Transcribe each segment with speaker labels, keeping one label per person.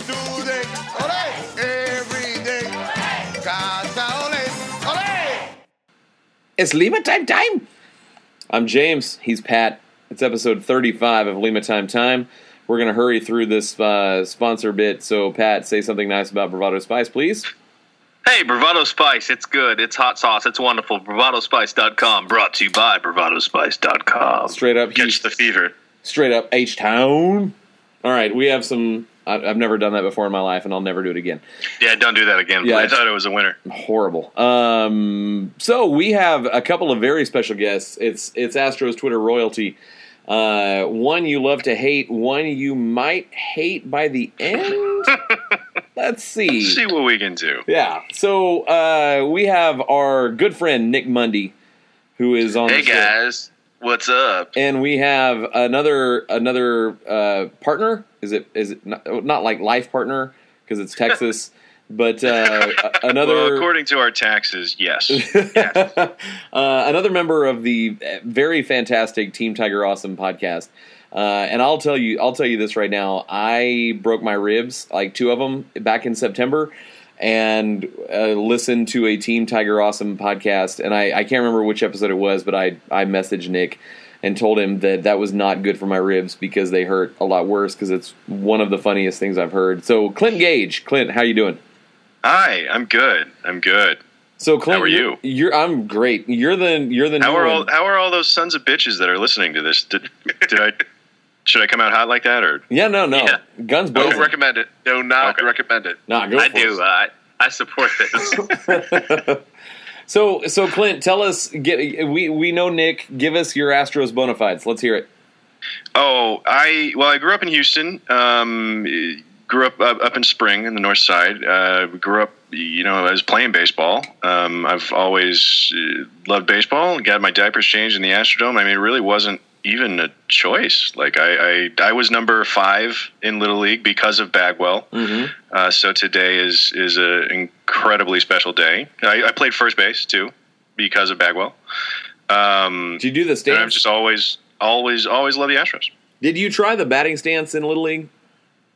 Speaker 1: today, ole, every day. Casa Ole, ole.
Speaker 2: It's Lima Time Time! I'm James. He's Pat. It's episode 35 of Lima Time Time. We're going to hurry through this uh, sponsor bit. So, Pat, say something nice about Bravado Spice, please.
Speaker 3: Hey, Bravado Spice, it's good. It's hot sauce. It's wonderful. BravadoSpice.com, brought to you by BravadoSpice.com.
Speaker 2: Straight up,
Speaker 3: Catch the fever.
Speaker 2: Straight up H Town. All right, we have some. I- I've never done that before in my life, and I'll never do it again.
Speaker 3: Yeah, don't do that again.
Speaker 2: Yeah,
Speaker 3: I
Speaker 2: it's-
Speaker 3: thought it was a winner.
Speaker 2: horrible. Um, so we have a couple of very special guests. It's it's Astros Twitter royalty. Uh, one you love to hate, one you might hate by the end. Let's see.
Speaker 3: See what we can do.
Speaker 2: Yeah. So uh, we have our good friend Nick Mundy, who is on.
Speaker 3: Hey,
Speaker 2: the show.
Speaker 3: guys. What's up?
Speaker 2: And we have another another uh, partner. Is it is it not, not like life partner because it's Texas, but uh, a- another
Speaker 3: Well, according to our taxes, yes.
Speaker 2: uh, another member of the uh, very fantastic Team Tiger Awesome podcast. Uh, and I'll tell you, I'll tell you this right now. I broke my ribs, like two of them, back in September, and uh, listened to a Team Tiger Awesome podcast. And I, I can't remember which episode it was, but I I messaged Nick and told him that that was not good for my ribs because they hurt a lot worse because it's one of the funniest things I've heard. So Clint Gage, Clint, how you doing?
Speaker 3: Hi, I'm good. I'm good.
Speaker 2: So Clint,
Speaker 3: How are
Speaker 2: you're-
Speaker 3: you?
Speaker 2: You're I'm great. You're the you're the
Speaker 3: How
Speaker 2: new
Speaker 3: are
Speaker 2: one.
Speaker 3: all How are all those sons of bitches that are listening to this? Did, did I should I come out hot like that or
Speaker 2: Yeah, no, no.
Speaker 4: Yeah.
Speaker 2: Guns
Speaker 4: Don't
Speaker 2: blazing.
Speaker 4: recommend it. Do not
Speaker 3: Okay.
Speaker 4: recommend it.
Speaker 2: Nah, go
Speaker 4: I
Speaker 2: for
Speaker 4: do.
Speaker 2: it.
Speaker 4: I I support this.
Speaker 2: So, so Clint, tell us. Get we we know Nick. Give us your Astros bona fides. Let's hear it.
Speaker 3: Oh, I well, I grew up in Houston. Um, eh, grew up up up in Spring in the North Side. Uh, grew up, you know, I was playing baseball. Um, I've always eh, loved baseball. Got my diapers changed in the Astrodome. I mean, it really wasn't even a choice. Like I, I, I was number five in Little League because of Bagwell. Uh, so today is is an incredibly special day. I, I played first base too because of Bagwell. Um,
Speaker 2: Did you do the
Speaker 3: and I've
Speaker 2: stance?
Speaker 3: just always, always, always loved the Astros.
Speaker 2: Did you try the batting stance in Little League?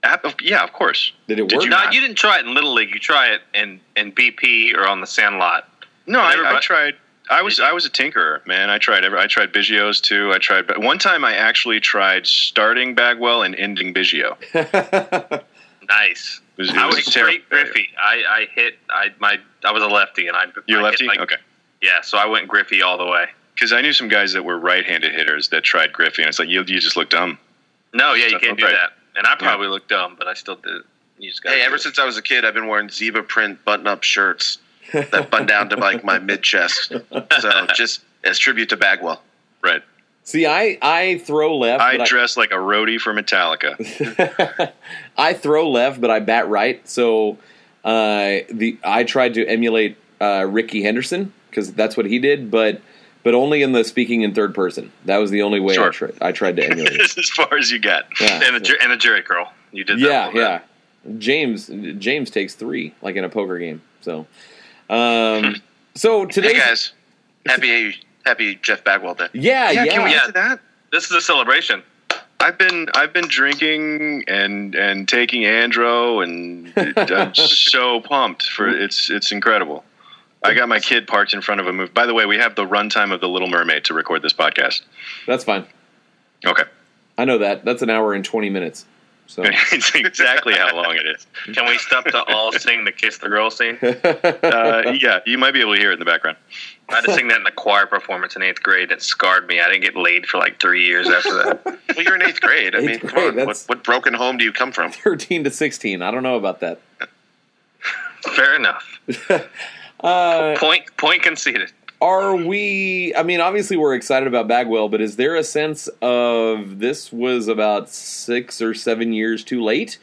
Speaker 3: App- of- Yeah, of course.
Speaker 2: Did it
Speaker 3: Did
Speaker 2: work?
Speaker 3: you
Speaker 4: no,
Speaker 3: not?
Speaker 4: Uh, you didn't try it in Little League. You try it in in BP or on the Sandlot.
Speaker 3: No, I, I
Speaker 4: Everybody-
Speaker 3: tried. I was I was a tinkerer, man. I tried every, I tried Biggio's too. I tried, but one time I actually tried starting Bagwell and ending Biggio. It
Speaker 4: Nice.
Speaker 3: was, it
Speaker 4: I
Speaker 3: was
Speaker 4: was a
Speaker 3: terrible.
Speaker 4: great Griffey. I, I hit. I my. I was a lefty, and I.
Speaker 3: You're
Speaker 4: I hit,
Speaker 3: lefty,
Speaker 4: like-
Speaker 3: okay?
Speaker 4: Yeah, so I went Griffey all the way.
Speaker 3: Because I knew some guys that were right-handed hitters that tried Griffey, and it's like you, you just look dumb.
Speaker 4: No, yeah, you
Speaker 3: That's
Speaker 4: can't do
Speaker 3: okay.
Speaker 4: that. And I probably looked dumb, but I still did. it. You just got.
Speaker 5: Hey, ever since I was a kid, I've been wearing zebra print button-up shirts that button down to like my mid chest. So just as tribute to Bagwell.
Speaker 3: Right.
Speaker 2: See, I I throw left.
Speaker 3: I
Speaker 2: but
Speaker 3: dress like a roadie for Metallica.
Speaker 2: I throw left, but I bat right. So uh, the I tried to emulate uh, Ricky Henderson because that's what he did, but but only in the speaking in third person. That was the only way I
Speaker 3: Sure.
Speaker 2: tried. I tried to emulate. it.
Speaker 3: as far as you got.
Speaker 2: Yeah.
Speaker 4: and the jer- and the Jerry curl. You did. that a
Speaker 2: yeah,
Speaker 4: little bit.
Speaker 2: yeah. James James takes three, like in a poker game. So, um, so today,
Speaker 5: Hey guys, happy happy Jeff Bagwell Day.
Speaker 2: yeah, yeah,
Speaker 3: yeah, Can we
Speaker 4: Yeah.
Speaker 3: get to that?
Speaker 4: This is a celebration.
Speaker 3: I've been I've been drinking and and taking Andro and it- I'm so pumped for it's it's incredible. I got my kid parked in front of a movie. By the way, we have the runtime of the Little Mermaid to record this podcast.
Speaker 2: that's fine.
Speaker 3: Okay,
Speaker 2: I know that. That's an hour and twenty minutes. So,
Speaker 3: it's exactly how long it is.
Speaker 4: Can we stop to all sing the kiss the girl scene?
Speaker 3: Uh, yeah, you might be able to hear it in the background.
Speaker 4: I had to sing that in a choir performance in eighth grade. It scarred me. I didn't get laid for like three years after that.
Speaker 5: Well, you're in eighth grade. I
Speaker 2: Eighth
Speaker 5: mean, come
Speaker 2: grade,
Speaker 5: on. What,
Speaker 2: that's-
Speaker 5: what broken home do you come from?
Speaker 2: thirteen to sixteen. I don't know about that.
Speaker 4: Fair enough.
Speaker 2: Uh,
Speaker 4: Point point conceded.
Speaker 2: are we? I mean, obviously, we're excited about Bagwell, but is there a sense of this was about six or seven years too late?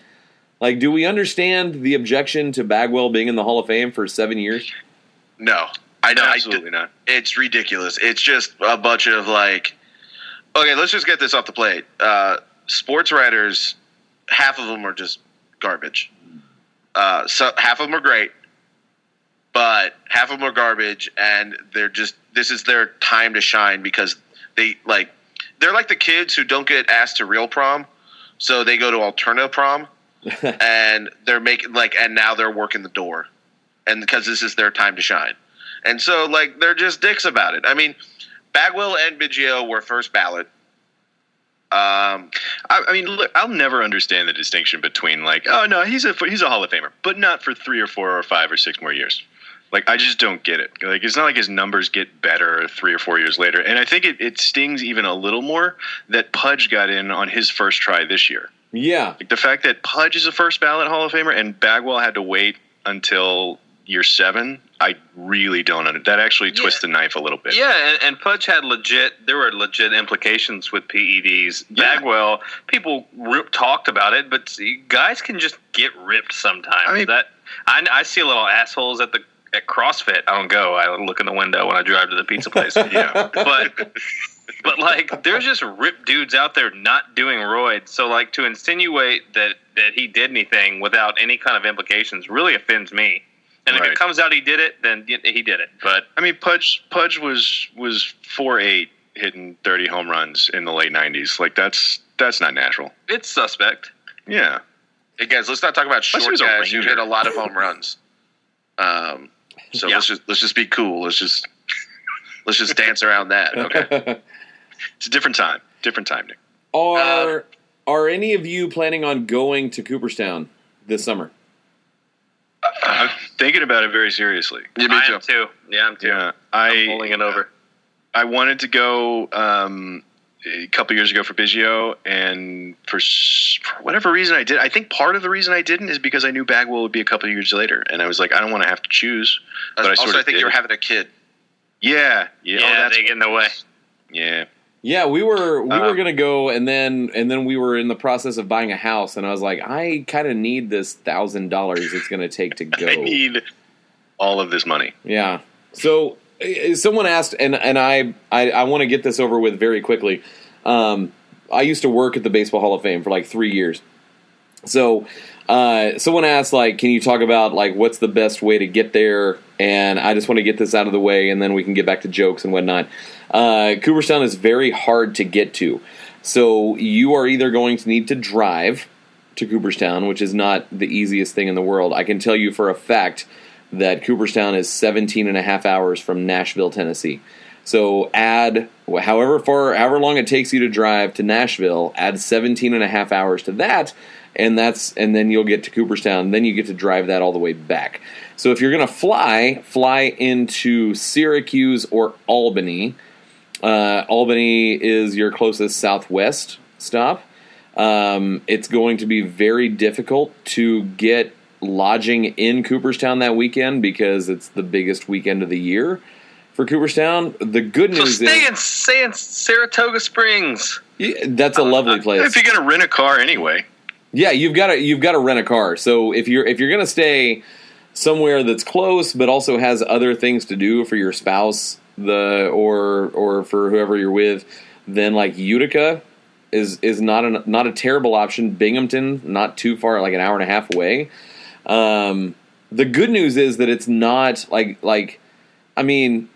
Speaker 2: Like, do we understand the objection to Bagwell being in the Hall of Fame for seven years?
Speaker 5: No, I know. I d-
Speaker 3: Absolutely not.
Speaker 5: it's ridiculous. It's just a bunch of like, okay, let's just get this off the plate. Uh, sports writers, half of them are just garbage. Uh, so half of them are great, but half of them are garbage, and they're just this is their time to shine because they like they're like the kids who don't get asked to real prom, so they go to alternative prom, and they're making like and now they're working the door, and because this is their time to shine. And so, like, they're just dicks about it. I mean, Bagwell and Biggio were first ballot. Um,
Speaker 3: I, I mean, look, I'll never understand the distinction between like, oh no, he's a he's a Hall of Famer, but not for three or four or five or six more years. Like, I just don't get it. Like, it's not like his numbers get better three or four years later. And I think it, it stings even a little more that Pudge got in on his first try this year.
Speaker 2: Yeah.
Speaker 3: Like the fact that Pudge is a first ballot Hall of Famer and Bagwell had to wait until year seven. I really don't under that. Actually,
Speaker 4: Yeah.
Speaker 3: twists the knife a little bit.
Speaker 4: Yeah, and, and Pudge had legit. There were legit implications with PEDs.
Speaker 3: Yeah.
Speaker 4: Bagwell, people rip, talked about it, but see, guys can just get ripped sometimes.
Speaker 3: I mean-
Speaker 4: that I, I see little assholes at the at CrossFit. I don't go. I look in the window when I drive to the pizza place.
Speaker 3: Yeah.
Speaker 4: but but like there's just ripped dudes out there not doing roids. So like to insinuate that that he did anything without any kind of implications really offends me. And if
Speaker 3: Right.
Speaker 4: it comes out he did it, then y- he did it. But
Speaker 3: I mean, Pudge Pudge was was four eight hitting thirty home runs in the late nineties. Like that's that's not natural.
Speaker 4: it's suspect.
Speaker 3: Yeah,
Speaker 5: guys, let's not talk about
Speaker 3: Unless he
Speaker 5: short
Speaker 3: was a
Speaker 5: guys who
Speaker 3: Ranger.
Speaker 5: hit a lot of home runs. Um, so
Speaker 4: Yeah.
Speaker 5: let's just let's just be cool. Let's just let's just dance around that. Okay.
Speaker 3: it's a different time. Different time, Nick.
Speaker 2: are are any of you planning on going to Cooperstown this summer?
Speaker 3: I'm thinking about it very seriously.
Speaker 5: Yeah, me
Speaker 4: I
Speaker 5: too.
Speaker 4: am too. Yeah, I'm too.
Speaker 3: Yeah, I
Speaker 4: I'm pulling it over.
Speaker 3: I wanted to go um, a couple years ago for Biggio, and for, s- for whatever reason I did. I think part of the reason I didn't is because I knew Bagwell would be a couple years later, and I was like, I don't want to have to choose. But I
Speaker 5: Uh, also,
Speaker 3: sorta
Speaker 5: I think
Speaker 3: did.
Speaker 5: you were having a kid.
Speaker 3: Yeah, yeah,
Speaker 4: Yeah,
Speaker 3: oh, that's,
Speaker 4: they get in the way.
Speaker 3: yeah.
Speaker 2: Yeah, we were we were
Speaker 3: Um,
Speaker 2: gonna go, and then and then we were in the process of buying a house, and I was like, I kind of need this thousand dollars it's gonna take to go.
Speaker 3: I need all of this money.
Speaker 2: Yeah. So eh, someone asked, and and I I, I want to get this over with very quickly. Um, I used to work at the Baseball Hall of Fame for like three years. So uh, someone asked, like, can you talk about like what's the best way to get there? And I just want to get this out of the way, and then we can get back to jokes and whatnot. Uh, Cooperstown is very hard to get to, so you are either going to need to drive to Cooperstown, which is not the easiest thing in the world. I can tell you for a fact that Cooperstown is 17 and a half hours from Nashville, Tennessee. So add wh- however far, however long it takes you to drive to Nashville, add 17 and a half hours to that, and that's and then you'll get to Cooperstown. Then you get to drive that all the way back. So if you're gonna fly, fly into Syracuse or Albany. Uh, Albany is your closest southwest stop. Um, it's going to be very difficult to get lodging in Cooperstown that weekend because it's the biggest weekend of the year for Cooperstown. The good
Speaker 4: So
Speaker 2: news
Speaker 4: stay
Speaker 2: is
Speaker 4: in, stay in Saratoga Springs.
Speaker 2: Yeah, that's a lovely
Speaker 4: Uh,
Speaker 2: place.
Speaker 3: If you're gonna rent a car anyway,
Speaker 2: Yeah, you've got to you've got to rent a car. So if you're if you're gonna stay somewhere that's close but also has other things to do for your spouse the or or for whoever you're with then like utica is is not an, not a terrible option binghamton not too far like an hour and a half away um the good news is that it's not like like i mean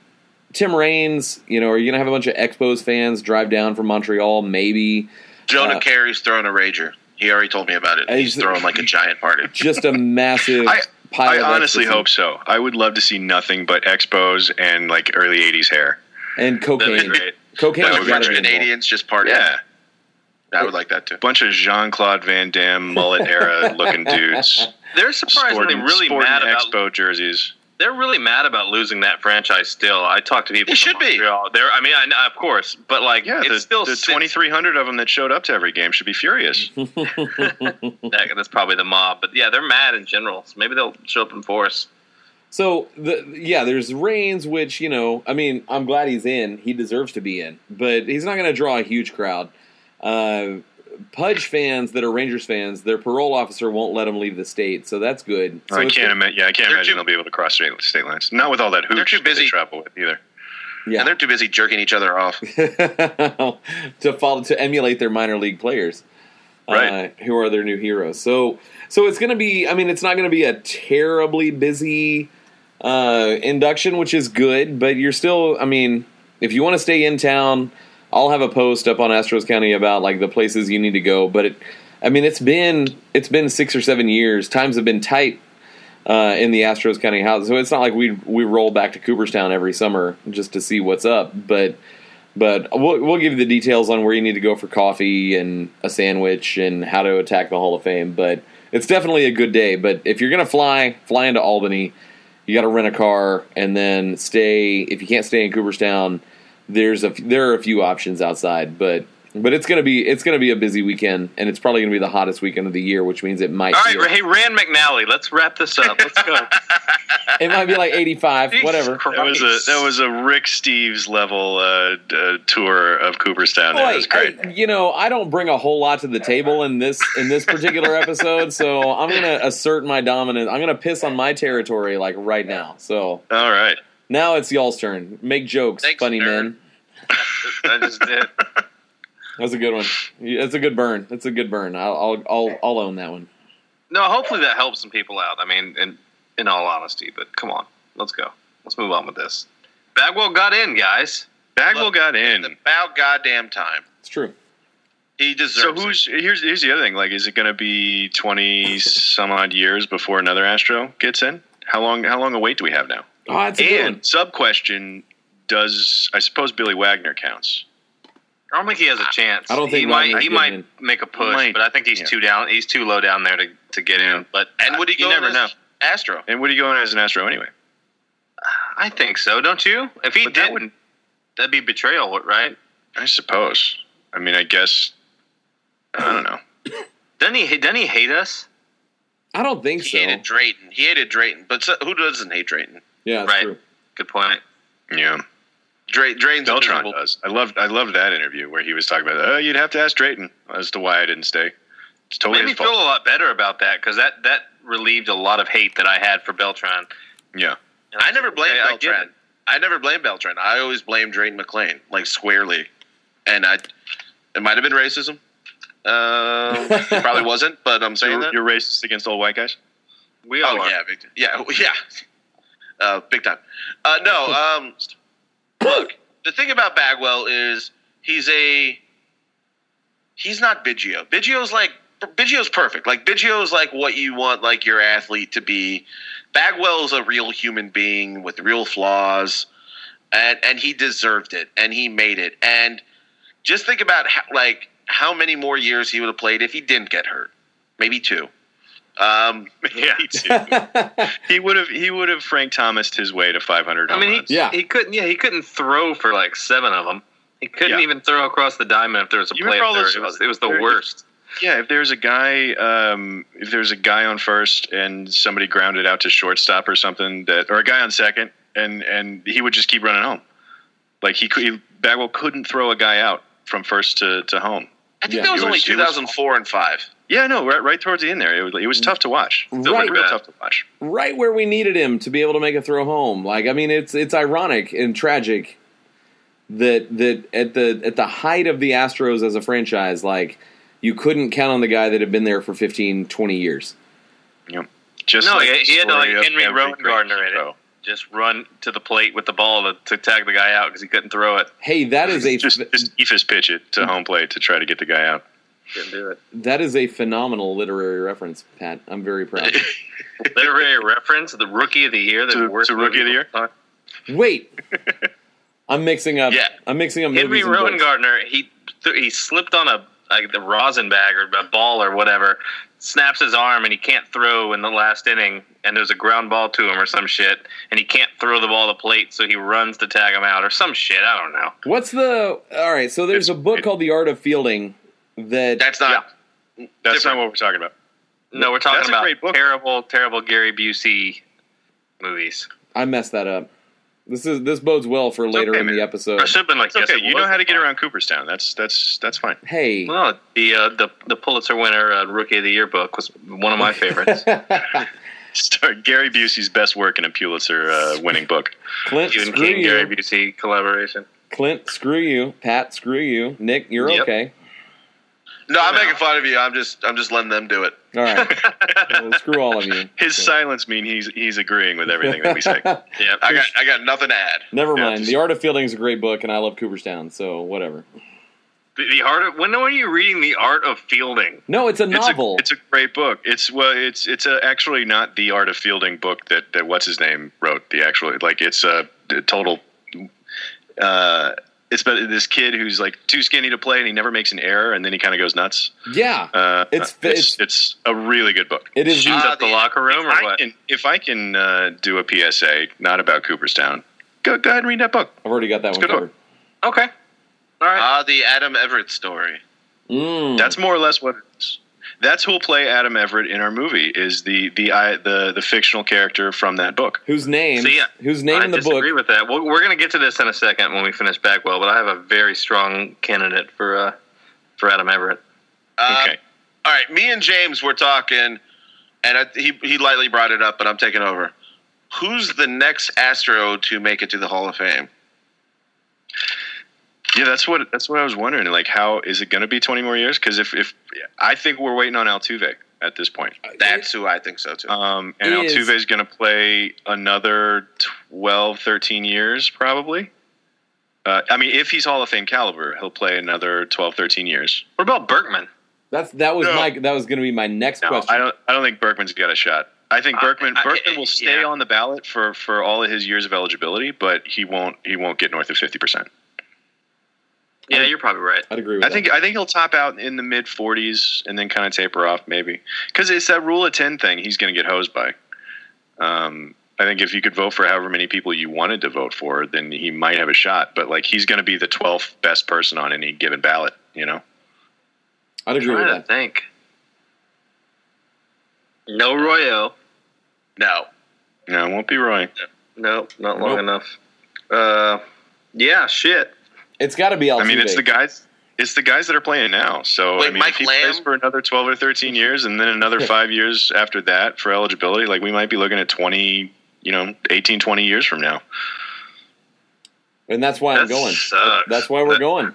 Speaker 2: tim raines you know are you gonna have a bunch of expos fans drive down from montreal maybe
Speaker 5: Jonah
Speaker 2: Uh,
Speaker 5: Carey's throwing a rager. He already told me about it. He's
Speaker 2: Is-
Speaker 5: throwing like a giant party.
Speaker 2: just a massive
Speaker 3: I-
Speaker 2: pile
Speaker 3: I
Speaker 2: of
Speaker 3: honestly
Speaker 2: ecstasy.
Speaker 3: hope so. I would love to see nothing but expos and like early '80s hair.
Speaker 2: and
Speaker 4: That'd
Speaker 2: cocaine.
Speaker 4: be great.
Speaker 2: Cocaine
Speaker 3: That
Speaker 2: has
Speaker 3: would
Speaker 2: got to
Speaker 3: be
Speaker 5: Bunch
Speaker 2: be
Speaker 5: of
Speaker 3: great.
Speaker 2: involved.
Speaker 5: Canadians just partying.
Speaker 3: Yeah,
Speaker 5: I would like that too.
Speaker 3: bunch of Jean Claude Van Damme mullet era looking dudes
Speaker 4: They're surprisingly
Speaker 3: sporting,
Speaker 4: really
Speaker 3: sporting
Speaker 4: mad about.
Speaker 3: expo jerseys.
Speaker 4: They're really mad about losing that franchise. Still, I talked to people.
Speaker 5: They
Speaker 4: from
Speaker 5: should be.
Speaker 4: Montreal. They're. I mean, I, know, of course, but like,
Speaker 3: Yeah,
Speaker 4: it's
Speaker 3: the,
Speaker 4: still
Speaker 3: the
Speaker 4: sits-
Speaker 3: 2,300 of them that showed up to every game should be furious.
Speaker 2: Mm-hmm.
Speaker 4: that- That's probably the mob, but yeah, they're mad in general. So maybe they'll show up in force.
Speaker 2: So the yeah, there's Reigns, which you know, I mean, I'm glad he's in. He deserves to be in, but he's not going to draw a huge crowd. Uh, Pudge fans that are Rangers fans, their parole officer won't let them leave the state, so that's good. So
Speaker 3: Oh, I
Speaker 2: it's
Speaker 3: can't imagine. Yeah, I can't
Speaker 5: They're
Speaker 3: imagine
Speaker 5: too-
Speaker 3: they'll be able to cross state, state lines. Not with all that hoops
Speaker 5: They're too
Speaker 3: that they
Speaker 5: busy.
Speaker 3: travel with either.
Speaker 2: good. yeah.
Speaker 5: And they're too busy jerking each other off.
Speaker 2: to follow to emulate their minor league players,
Speaker 3: Right.
Speaker 2: Uh, who are their new heroes. So, so it's going to be. I mean, it's not going to be a terribly busy uh, induction, which is good. But you're still. I mean, if you want to stay in town, I'll have a post up on Astros County about like the places you need to go. But it, I mean, it's been it's been six or seven years. Times have been tight. Uh, in the Astros County house, so it's not like we we roll back to Cooperstown every summer just to see what's up. But but we'll, we'll give you the details on where you need to go for coffee and a sandwich and how to attack the Hall of Fame. But it's definitely a good day. But if you're going to fly, fly into Albany. You got to rent a car and then stay. If you can't stay in Cooperstown, there's a f- there are a few options outside. But but it's gonna be it's gonna be a busy weekend, and it's probably gonna be the hottest weekend of the year, which means it might
Speaker 4: All right,
Speaker 2: be,
Speaker 4: hey Rand McNally, let's wrap this up. Let's go.
Speaker 2: it might be like 85, whatever.
Speaker 4: Jesus
Speaker 3: That was a
Speaker 4: Christ.
Speaker 3: that was a Rick Steves level uh, d- uh, tour of Cooperstown.
Speaker 2: Well,
Speaker 3: that was great.
Speaker 2: I- you know, I don't bring a whole lot to the table in this in this particular episode, so I'm gonna assert my dominance. I'm gonna piss on my territory like right now. So
Speaker 3: All right.
Speaker 2: now it's y'all's turn. Make jokes,
Speaker 5: Thanks,
Speaker 2: funny
Speaker 5: nerd.
Speaker 2: men.
Speaker 4: I just did.
Speaker 2: That's a good one. Yeah, That's a good burn. That's a good burn. I'll I'll I'll, I'll own that one.
Speaker 4: No, hopefully that helps some people out. I mean, in in all honesty, but come on, let's go. Let's move on with this. Bagwell got in, guys.
Speaker 3: Bagwell got in.
Speaker 5: It's about goddamn time.
Speaker 2: It's true.
Speaker 5: He
Speaker 3: So
Speaker 5: deserves
Speaker 3: who's here's here's the other thing. Like, is it going to be twenty some odd years before another Astro gets in? How long how long a wait do we have now?
Speaker 2: Oh, that's a good one.
Speaker 3: And sub question: Does I suppose Billy Wagner counts?
Speaker 4: I don't think he has a chance.
Speaker 2: I don't think
Speaker 4: he might.
Speaker 2: Wagner's
Speaker 4: He
Speaker 2: getting
Speaker 4: might
Speaker 2: in.
Speaker 4: make a push,
Speaker 3: Might.
Speaker 4: but I think he's
Speaker 3: Yeah.
Speaker 4: too down. He's too low down there to, to get in. But
Speaker 5: it. And would he
Speaker 4: you
Speaker 5: go
Speaker 4: never
Speaker 5: as
Speaker 4: know.
Speaker 5: Astro?
Speaker 3: And would he go in as an Astro anyway?
Speaker 4: I think so. Don't you? If he
Speaker 3: But that
Speaker 4: didn't,
Speaker 3: would-
Speaker 4: that'd be betrayal, right?
Speaker 3: I suppose. I mean, I guess. I don't know.
Speaker 4: Doesn't he? Doesn't he hate us?
Speaker 2: I don't think
Speaker 5: He
Speaker 2: so.
Speaker 5: hated Drayton. He hated Drayton. But so, who doesn't hate Drayton?
Speaker 2: Yeah, that's
Speaker 4: Right.
Speaker 2: true.
Speaker 4: Good point.
Speaker 3: Yeah,
Speaker 5: Dray, Drayton's a
Speaker 3: Beltran
Speaker 5: miserable-
Speaker 3: does. I loved I loved that interview where he was talking about. Oh, you'd have to ask Drayton as to why I didn't stay. It's totally
Speaker 4: Made me
Speaker 3: his
Speaker 4: feel
Speaker 3: fault.
Speaker 4: a lot better about that because that that relieved a lot of hate that I had for Beltran.
Speaker 3: yeah,
Speaker 4: And
Speaker 5: I never
Speaker 4: said,
Speaker 5: blamed
Speaker 4: okay, I get
Speaker 5: Beltran. I never blamed Beltran. I always blamed Drayton McLean, like squarely. And I, it might have been racism. Uh, it probably wasn't, but I'm saying
Speaker 3: you're,
Speaker 5: that.
Speaker 3: you're racist against all white guys.
Speaker 4: it. We all
Speaker 5: oh
Speaker 4: are.
Speaker 5: yeah, big, yeah, yeah, uh, big time. Uh, no, um, look, the thing about Bagwell is he's a he's not Biggio. Biggio's like Biggio's perfect. Like Biggio's like what you want like your athlete to be. Bagwell's a real human being with real flaws, and and he deserved it, and he made it. And just think about how, like how many more years he would have played if he didn't get hurt. Maybe two. Um,
Speaker 3: Yeah, he would have he would have Frank Thomas his way to 500.
Speaker 4: I
Speaker 3: home
Speaker 4: mean,
Speaker 3: runs.
Speaker 4: he,
Speaker 2: Yeah.
Speaker 4: he couldn't. Yeah, he couldn't throw for like seven of them. He couldn't
Speaker 3: Yeah.
Speaker 4: even throw across the diamond if there was a
Speaker 3: You
Speaker 4: play
Speaker 3: remember
Speaker 4: up
Speaker 3: all
Speaker 4: there.
Speaker 3: those-
Speaker 4: it, was, it was the
Speaker 3: there-
Speaker 4: worst.
Speaker 3: Yeah, if there's a guy, um, if there's a guy on first and somebody grounded out to shortstop or something that, or a guy on second, and and he would just keep running home. Like he could, he, Bagwell couldn't throw a guy out from first to, to home.
Speaker 5: I think
Speaker 2: Yeah.
Speaker 5: that was
Speaker 3: It was-
Speaker 5: only
Speaker 3: it was-
Speaker 5: 2004 and five.
Speaker 3: Yeah, no, right, right towards the end there, it was it was tough to watch. It was
Speaker 2: Right.
Speaker 3: real tough to watch.
Speaker 2: Right where we needed him to be able to make a throw home. Like I mean, it's it's ironic and tragic that that at the at the height of the Astros as a franchise, like you couldn't count on the guy that had been there for 15, 20 years.
Speaker 3: Yeah. Just
Speaker 4: No,
Speaker 3: like
Speaker 4: he-
Speaker 3: the
Speaker 4: he had,
Speaker 3: story
Speaker 4: like,
Speaker 3: of
Speaker 4: Henry
Speaker 3: every
Speaker 4: Rowan
Speaker 3: great
Speaker 4: Gardner in it.
Speaker 3: hero.
Speaker 4: Just run to the plate with the ball to, to tag the guy out because he couldn't throw it.
Speaker 2: Hey, that is a
Speaker 3: Just just Ephus pitch it to home plate to try to get the guy out.
Speaker 4: Couldn't do it.
Speaker 2: that is a phenomenal literary reference, Pat. I'm very proud.
Speaker 4: Literary reference: the rookie of the year. The
Speaker 3: To-
Speaker 4: worst
Speaker 3: to rookie of the
Speaker 4: movie
Speaker 3: year?
Speaker 4: all time.
Speaker 2: Wait. I'm mixing up.
Speaker 5: Yeah.
Speaker 2: I'm mixing up.
Speaker 4: Henry
Speaker 2: movies and books.
Speaker 4: Rowan Gardner. He th- he slipped on a like the rosin bag or a ball or whatever. Snaps his arm and he can't throw in the last inning. And there's a ground ball to him or some shit. And he can't throw the ball to plate, so he runs to tag him out or some shit. I don't know.
Speaker 2: What's the? All right. So there's a book called The Art of Fielding. That
Speaker 5: That's not.
Speaker 3: That's
Speaker 5: Different.
Speaker 3: not what we're talking about.
Speaker 4: No, we're talking
Speaker 3: That's a
Speaker 4: about
Speaker 3: great book.
Speaker 4: terrible, terrible Gary Busey movies.
Speaker 2: I messed that up. This is this bodes well for later
Speaker 3: okay,
Speaker 2: in the
Speaker 3: man.
Speaker 2: episode.
Speaker 4: I should have been like,
Speaker 3: It's okay.
Speaker 4: yes, it
Speaker 3: you
Speaker 4: was
Speaker 3: know how
Speaker 4: the
Speaker 3: to get
Speaker 4: Ball.
Speaker 3: around Cooperstown. That's that's that's fine.
Speaker 2: Hey,
Speaker 4: Well, the uh, the the Pulitzer winner uh, Rookie of the Year book was one of my favorites.
Speaker 3: Start Gary Busey's best work in a Pulitzer uh, winning book.
Speaker 2: Clint,
Speaker 4: Stephen
Speaker 2: screw
Speaker 4: King,
Speaker 2: you.
Speaker 4: Gary Busey collaboration.
Speaker 2: Clint, screw you. Pat, screw you. Nick, you're
Speaker 4: Yep.
Speaker 2: okay.
Speaker 5: No, I'm
Speaker 4: No.
Speaker 5: making fun of you. I'm just I'm just letting them do it.
Speaker 2: All right. Well, screw all of you.
Speaker 3: His
Speaker 2: So-
Speaker 3: silence means he's he's agreeing with everything that we say.
Speaker 4: Yeah,
Speaker 5: I got I got nothing to add.
Speaker 2: Never
Speaker 3: Yeah,
Speaker 2: mind.
Speaker 3: just-
Speaker 2: the Art of Fielding is a great book, and I love Cooperstown, so whatever.
Speaker 4: the, the art. Of, when are you reading the Art of Fielding?
Speaker 2: No, it's a
Speaker 3: It's
Speaker 2: novel.
Speaker 3: a, it's a great book. It's well, it's it's uh actually not the Art of Fielding book that that what's his name wrote. The actual like it's a, a total. Uh, it's about this kid who's like too skinny to play, and he never makes an error, and then he kind of goes nuts.
Speaker 2: yeah.
Speaker 3: Uh,
Speaker 2: It's-
Speaker 3: it's,
Speaker 2: it's-
Speaker 3: it's a really good book.
Speaker 2: it is.
Speaker 4: Shoes
Speaker 5: Ah,
Speaker 4: up the
Speaker 5: the-
Speaker 4: locker room or
Speaker 3: I
Speaker 4: what?
Speaker 3: can, if I can uh, do a PSA, not about Cooperstown, go go ahead and read that book.
Speaker 2: I've already got that
Speaker 3: It's
Speaker 2: one
Speaker 3: good
Speaker 2: covered.
Speaker 4: Okay, all right.
Speaker 5: Ah, the Adam Everett story.
Speaker 2: Mm.
Speaker 3: That's more or less what. It's, that's who'll play Adam Everett in our movie. Is the the I, the the fictional character from that book?
Speaker 2: whose name?
Speaker 4: See, I-
Speaker 2: whose name
Speaker 4: I
Speaker 2: in the book?
Speaker 4: disagree with that. We're, we're going to get to this in a second when we finish Bagwell, but I have a very strong candidate for uh, for Adam Everett.
Speaker 5: Um,
Speaker 3: Okay.
Speaker 5: All right, me and James were talking, and I, he he lightly brought it up, but I'm taking over. Who's the next Astro to make it to the Hall of Fame?
Speaker 3: Yeah, that's what that's what I was wondering. Like, how is it going to be twenty more years? Because if if I think we're waiting on Altuve at this point,
Speaker 5: That's who I think so too.
Speaker 3: um, and
Speaker 2: Is-
Speaker 3: Altuve is going to play another 12, 13 years probably. Uh, I mean, if he's Hall of Fame caliber, he'll play another 12, 13 years.
Speaker 4: What about Berkman?
Speaker 2: That's that was
Speaker 3: No.
Speaker 2: my that was going to be my next
Speaker 3: No,
Speaker 2: question.
Speaker 3: I don't. I don't think Berkman's got a shot. I think
Speaker 4: I-
Speaker 3: Berkman
Speaker 4: Uh, I-
Speaker 3: Berkman will stay
Speaker 4: yeah.
Speaker 3: on the ballot for, for all of his years of eligibility, but he won't he won't get north of fifty percent.
Speaker 4: Yeah, you're probably right.
Speaker 2: I'd agree with
Speaker 3: I
Speaker 2: that.
Speaker 3: think I think he'll top out in the mid forties and then kind of taper off maybe because it's that rule of ten thing. He's going to get hosed by. Um, I think if you could vote for however many people you wanted to vote for, then he might have a shot. But like he's going to be the twelfth best person on any given ballot. You know,
Speaker 2: I'd agree with
Speaker 4: trying
Speaker 2: that.
Speaker 4: to think. No Royo.
Speaker 5: no,
Speaker 3: no, it won't be Roy.
Speaker 4: No, not long
Speaker 2: Nope.
Speaker 4: enough. Uh, yeah, shit.
Speaker 2: It's got to be Altuve.
Speaker 3: I mean, it's the guys. It's the guys that are playing now. So
Speaker 5: Wait,
Speaker 3: I mean,
Speaker 5: Mike
Speaker 3: if he
Speaker 5: Lamb?
Speaker 3: plays for another twelve or thirteen years, and then another five years after that for eligibility, like we might be looking at twenty, you know, 18, 20 years from now.
Speaker 2: and that's why I'm
Speaker 4: That
Speaker 2: going.
Speaker 4: sucks.
Speaker 2: That's why we're
Speaker 4: That-
Speaker 2: going.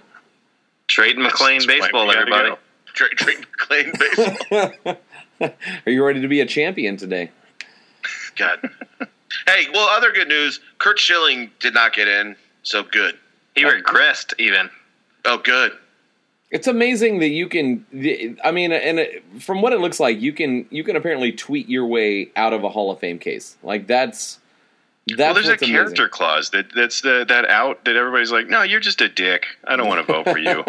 Speaker 4: Trading McLean
Speaker 3: That's why we
Speaker 4: baseball,
Speaker 3: gotta
Speaker 4: everybody.
Speaker 3: go.
Speaker 5: Dre, Dre McClain baseball.
Speaker 2: Are you ready to be a champion today?
Speaker 5: God. Hey, well, other good news. Kurt Schilling did not get in, so good.
Speaker 4: He regressed even.
Speaker 5: Oh, good.
Speaker 2: It's amazing that you can. I mean, and it, from what it looks like, you can you can apparently tweet your way out of a Hall of Fame case. Like that's that's
Speaker 3: well, there's a
Speaker 2: what's amazing.
Speaker 3: character clause that that's the that out that everybody's like, no, you're just a dick. I don't want to vote for you.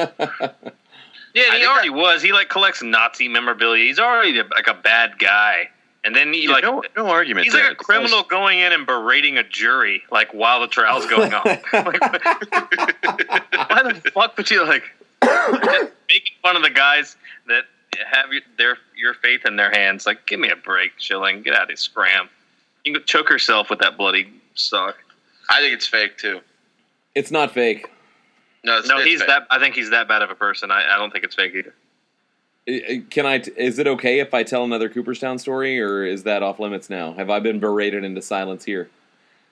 Speaker 4: Yeah, and he
Speaker 5: think
Speaker 4: already was. He like collects Nazi memorabilia. He's already like a bad guy, and then he
Speaker 3: Yeah,
Speaker 4: like
Speaker 3: no, no argument.
Speaker 4: he's like
Speaker 3: there.
Speaker 4: a criminal going in and berating a jury like while the trial's going on. like, why the fuck would you like just making fun of the guys that have your, their your faith in their hands? Like, give me a break, Schilling. Get out of here, scram. You can go choke yourself with that bloody sock.
Speaker 5: I think it's fake too.
Speaker 2: It's not fake.
Speaker 5: No, it's,
Speaker 4: No,
Speaker 5: it's
Speaker 4: he's
Speaker 5: fake.
Speaker 4: that. I think he's that bad of a person. I, I don't think it's fake either.
Speaker 2: I- I- Can I? Is it okay if I tell another Cooperstown story, or is that off limits now? Have I been berated into silence here?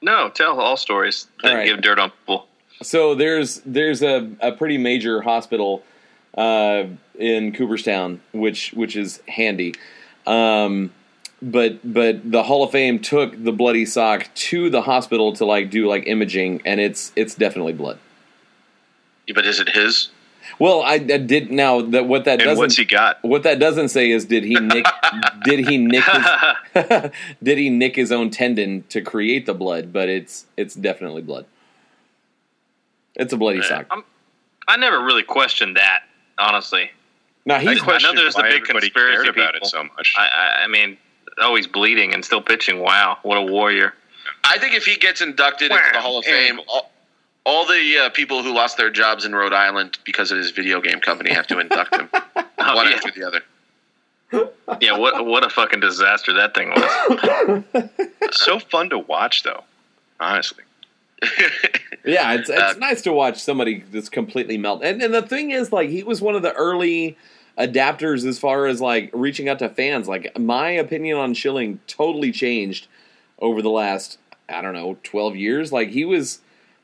Speaker 4: No, tell all stories that
Speaker 2: All right.
Speaker 4: give dirt on people.
Speaker 2: So there's there's a, a pretty major hospital uh, in Cooperstown, which which is handy. Um, but but the Hall of Fame took the bloody sock to the hospital to like do like imaging, and it's it's definitely blood.
Speaker 5: But is it his?
Speaker 2: Well, I, I did now that what that
Speaker 3: And
Speaker 2: doesn't
Speaker 3: what's he got?
Speaker 2: what that doesn't say is did he nick did he nick his, did he nick his own tendon to create the blood? But it's it's definitely blood. It's a bloody sock.
Speaker 4: I'm, I never really questioned that, honestly.
Speaker 2: Now he's
Speaker 4: I question
Speaker 3: Question
Speaker 4: there's the
Speaker 3: why
Speaker 4: big
Speaker 3: everybody
Speaker 4: conspiracy
Speaker 3: cared about
Speaker 4: people.
Speaker 3: it so much.
Speaker 4: I, I, I mean, always bleeding and still pitching. Wow, what a warrior!
Speaker 5: I think if he gets inducted into the Hall of Fame, all, all the uh, people who lost their jobs in Rhode Island because of his video game company have to induct him, one
Speaker 4: yeah.
Speaker 5: after the other.
Speaker 4: Yeah, what what a fucking disaster that thing was.
Speaker 3: so fun to watch, though. Honestly,
Speaker 2: Yeah, it's it's
Speaker 5: Uh,
Speaker 2: nice to watch somebody just completely melt. And and the thing is, like, he was one of the early adapters as far as like reaching out to fans. Like, my opinion on Schilling totally changed over the last I don't know twelve years. Like, he was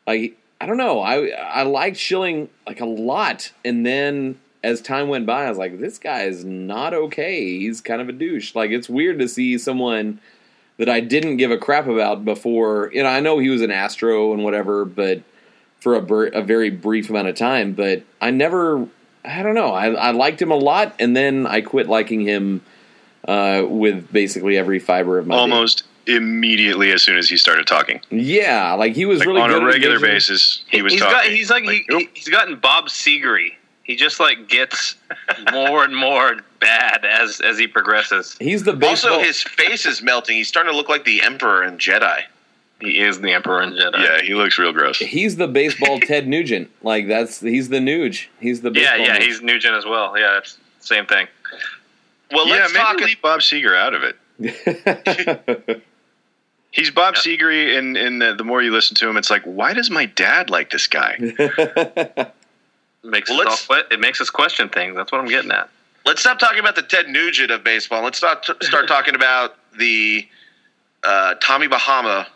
Speaker 2: like I don't know. I I liked Schilling like a lot, and then as time went by, I was like, this guy is not okay. He's kind of a douche. Like, it's weird to see someone that I didn't give a crap about before. You know, I know he was an Astro and whatever, but for a, br- a very brief amount of time. But I never, I don't know, I, I liked him a lot, and then I quit liking him uh, with basically every fiber of my being.
Speaker 3: almost immediately as soon as he started talking,
Speaker 2: Yeah, like he was
Speaker 3: like
Speaker 2: really
Speaker 3: on
Speaker 2: good
Speaker 3: a
Speaker 2: at
Speaker 3: regular
Speaker 2: engaging-
Speaker 3: basis. He was
Speaker 4: he's
Speaker 3: talking.
Speaker 4: got he's like, he,
Speaker 3: nope.
Speaker 4: he's gotten Bob Segery. He just like gets more and more bad as as he progresses.
Speaker 2: He's the baseball.
Speaker 5: Also, his face is melting. He's starting to look like the Emperor and Jedi.
Speaker 4: He is the Emperor and Jedi.
Speaker 3: yeah, he looks real gross.
Speaker 2: He's the baseball Ted Nugent. Like that's he's the Nuge. He's the
Speaker 4: yeah,
Speaker 2: baseball
Speaker 4: yeah.
Speaker 2: Nuge.
Speaker 4: He's Nugent as well. Yeah, that's same thing.
Speaker 5: Well,
Speaker 3: yeah,
Speaker 5: let's
Speaker 3: maybe
Speaker 5: talk.
Speaker 3: leave Bob Seger out of it. He's Bob Seger, and and the, the more you listen to him, it's like, why does my dad like this guy?
Speaker 4: Makes
Speaker 5: Well,
Speaker 4: us all
Speaker 5: let's-
Speaker 4: que- it makes us question things. That's what I'm getting at.
Speaker 5: Let's stop talking about the Ted Nugent of baseball. Let's not t- start talking about the uh, Tommy Bahama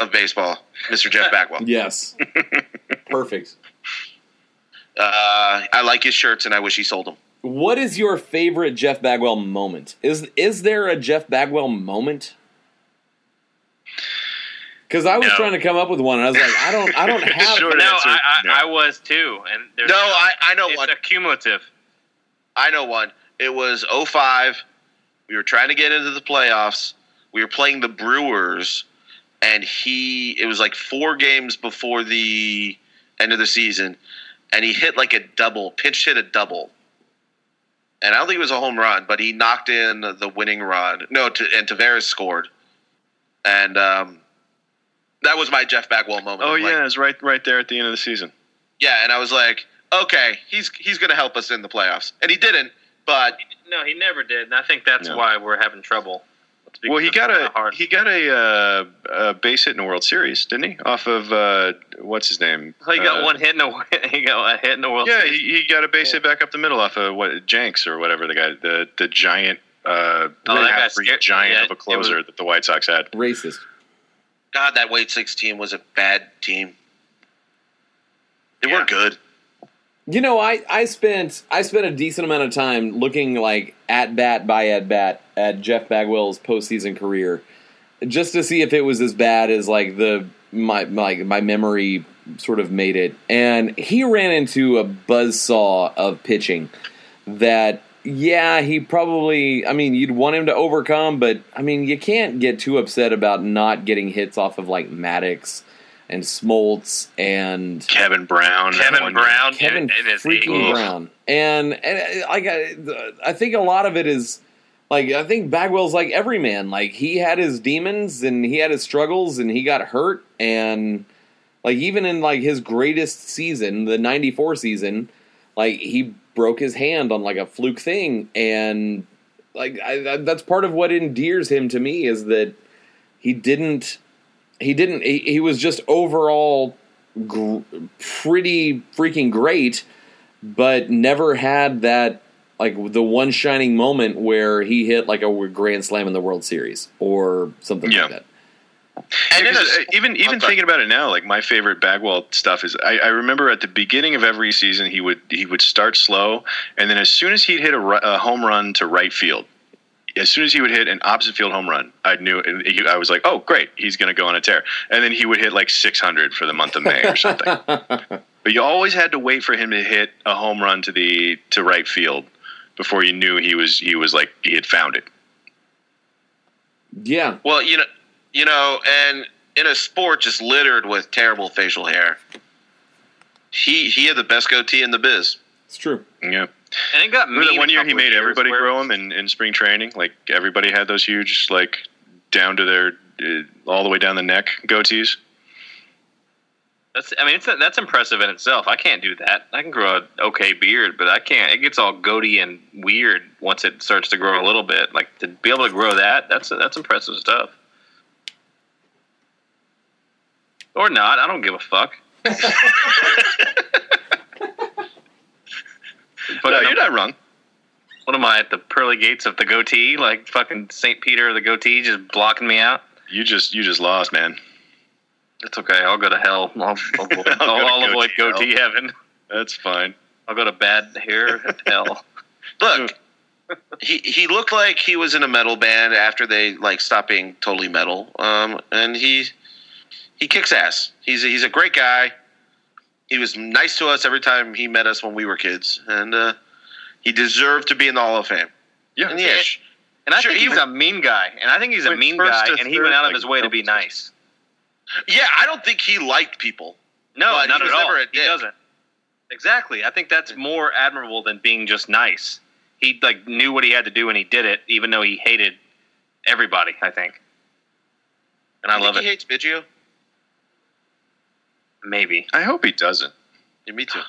Speaker 5: of baseball, Mr. Jeff Bagwell.
Speaker 2: yes, perfect.
Speaker 5: Uh, I like his shirts, and I wish he sold them.
Speaker 2: What is your favorite Jeff Bagwell moment? Is is there a Jeff Bagwell moment? Because I was
Speaker 4: No.
Speaker 2: trying to come up with one, and I was like, I don't, I don't have.
Speaker 3: Short
Speaker 4: No,
Speaker 3: answer,
Speaker 4: I, I,
Speaker 3: no.
Speaker 4: I was too, and there's
Speaker 5: No, I, I know
Speaker 4: it's
Speaker 5: one.
Speaker 4: accumulative.
Speaker 5: I know one. It was 05. We were trying to get into the playoffs. We were playing the Brewers, and he it was like four games before the end of the season, and he hit like a double, pinch hit a double. And I don't think it was a home run, but he knocked in the winning run. No, to, and Tavares scored, and um, that was my Jeff Bagwell moment.
Speaker 3: Oh
Speaker 5: I'm like,
Speaker 3: yeah, it was right right there at the end of the season.
Speaker 5: yeah. And I was like, okay, he's he's going to help us in the playoffs, and he didn't. But
Speaker 4: No, he never did, and I think that's
Speaker 3: No.
Speaker 4: why we're having trouble. It's
Speaker 3: Well, he
Speaker 4: because
Speaker 3: got
Speaker 4: it's kinda
Speaker 3: a he got a, uh, a base hit in the World Series, didn't he? Off of uh, what's his name?
Speaker 4: Oh, He got
Speaker 3: Uh,
Speaker 4: one hit in the he got a hit in the World
Speaker 3: Yeah,
Speaker 4: Series.
Speaker 3: he, he got a base hit back up the middle off of what Jenks or whatever the guy, the the giant, uh,
Speaker 4: Oh, that guy
Speaker 3: half-breed
Speaker 4: scared-
Speaker 3: giant
Speaker 4: yeah,
Speaker 3: of a
Speaker 4: it
Speaker 3: closer that the White Sox had.
Speaker 2: Racist.
Speaker 5: God, that Wade Six team was a bad team. They
Speaker 4: Yeah.
Speaker 5: were good.
Speaker 2: You know, I, I spent I spent a decent amount of time looking like at bat by at bat at Jeff Bagwell's postseason career, just to see if it was as bad as like the my my my memory sort of made it. And he ran into a buzzsaw of pitching that yeah, he probably I mean, you'd want him to overcome, but I mean, you can't get too upset about not getting hits off of like Maddox and Smoltz and
Speaker 3: Kevin Brown. that
Speaker 4: Kevin
Speaker 3: one-
Speaker 4: Brown,
Speaker 2: Kevin
Speaker 4: and, and his
Speaker 2: freaking
Speaker 4: eighties.
Speaker 2: Brown, and and uh, like I, the- I think a lot of it is like I think Bagwell's like every man, like he had his demons and he had his struggles and he got hurt and like even in like his greatest season, the '94 season, like he broke his hand on like a fluke thing and like I, I- that's part of what endears him to me is that he didn't he didn't he, he was just overall gr- pretty freaking great but never had that like the one shining moment where he hit like a grand slam in the world series or something
Speaker 3: Yeah.
Speaker 2: like that
Speaker 5: And in a,
Speaker 3: Because, uh, even even
Speaker 5: I'm sorry.
Speaker 3: thinking about it now, like my favorite Bagwell stuff is I, I remember at the beginning of every season he would he would start slow, and then as soon as he'd hit a, ri- a home run to right field, as soon as he would hit an opposite field home run, I knew I was like, oh great, he's going to go on a tear, and then he would hit like 600 for the month of May or something. but you always had to wait for him to hit a home run to the to right field before you knew he was he was like he had found it.
Speaker 2: yeah
Speaker 5: well, you know, you know, and in a sport just littered with terrible facial hair, he he had the best goatee in the biz.
Speaker 2: it's true
Speaker 3: Yeah.
Speaker 4: And it got
Speaker 3: Remember
Speaker 4: mean
Speaker 3: that one
Speaker 4: a
Speaker 3: year he
Speaker 4: couple
Speaker 3: made
Speaker 4: of years
Speaker 3: everybody
Speaker 4: where-
Speaker 3: grow them in, in spring training. Like everybody had those huge, like down to their uh, all the way down the neck goatees.
Speaker 4: That's I mean it's that's impressive in itself. I can't do that. I can grow an okay beard, but I can't. It gets all goaty and weird once it starts to grow a little bit. Like to be able to grow that, that's that's impressive stuff. or not. I don't give a fuck. but
Speaker 5: no,
Speaker 4: I'm-
Speaker 5: you're not wrong.
Speaker 4: what am I at the pearly gates of the goatee? Like fucking Saint Peter of the goatee, just blocking me out.
Speaker 3: You just you just lost, man.
Speaker 4: It's okay. I'll go to hell. I'll, I'll, avoid-
Speaker 3: I'll go to
Speaker 4: I'll, I'll avoid
Speaker 3: goatee
Speaker 4: goatee heaven.
Speaker 3: That's fine.
Speaker 4: I'll go to bad hair hell.
Speaker 5: Look, he he looked like he was in a metal band after they like stopped being totally metal. Um, and he he kicks ass. He's a, he's a great guy. He was nice to us every time he met us when we were kids, and uh, he deserved to be in the Hall of Fame.
Speaker 3: Yeah.
Speaker 5: And yeah, sh-
Speaker 4: And I
Speaker 5: Sure,
Speaker 4: think
Speaker 5: he
Speaker 4: he's a mean guy. And I think he's a
Speaker 3: Went
Speaker 4: mean
Speaker 3: first
Speaker 4: guy.
Speaker 3: to
Speaker 4: And he
Speaker 3: third,
Speaker 4: went out of
Speaker 3: like,
Speaker 4: his way to be
Speaker 3: double
Speaker 4: nice.
Speaker 5: yeah. I don't think he liked people.
Speaker 4: No,
Speaker 5: But he
Speaker 4: not
Speaker 5: was
Speaker 4: at all.
Speaker 5: never a
Speaker 4: he
Speaker 5: dick.
Speaker 4: doesn't. Exactly. I think that's more admirable than being just nice. He like knew what he had to do and he did it, even though he hated everybody. I think. And I
Speaker 5: You think
Speaker 4: love
Speaker 5: he
Speaker 4: it.
Speaker 5: hates Biggio.
Speaker 4: Maybe.
Speaker 3: I hope he doesn't.
Speaker 5: Yeah, me too.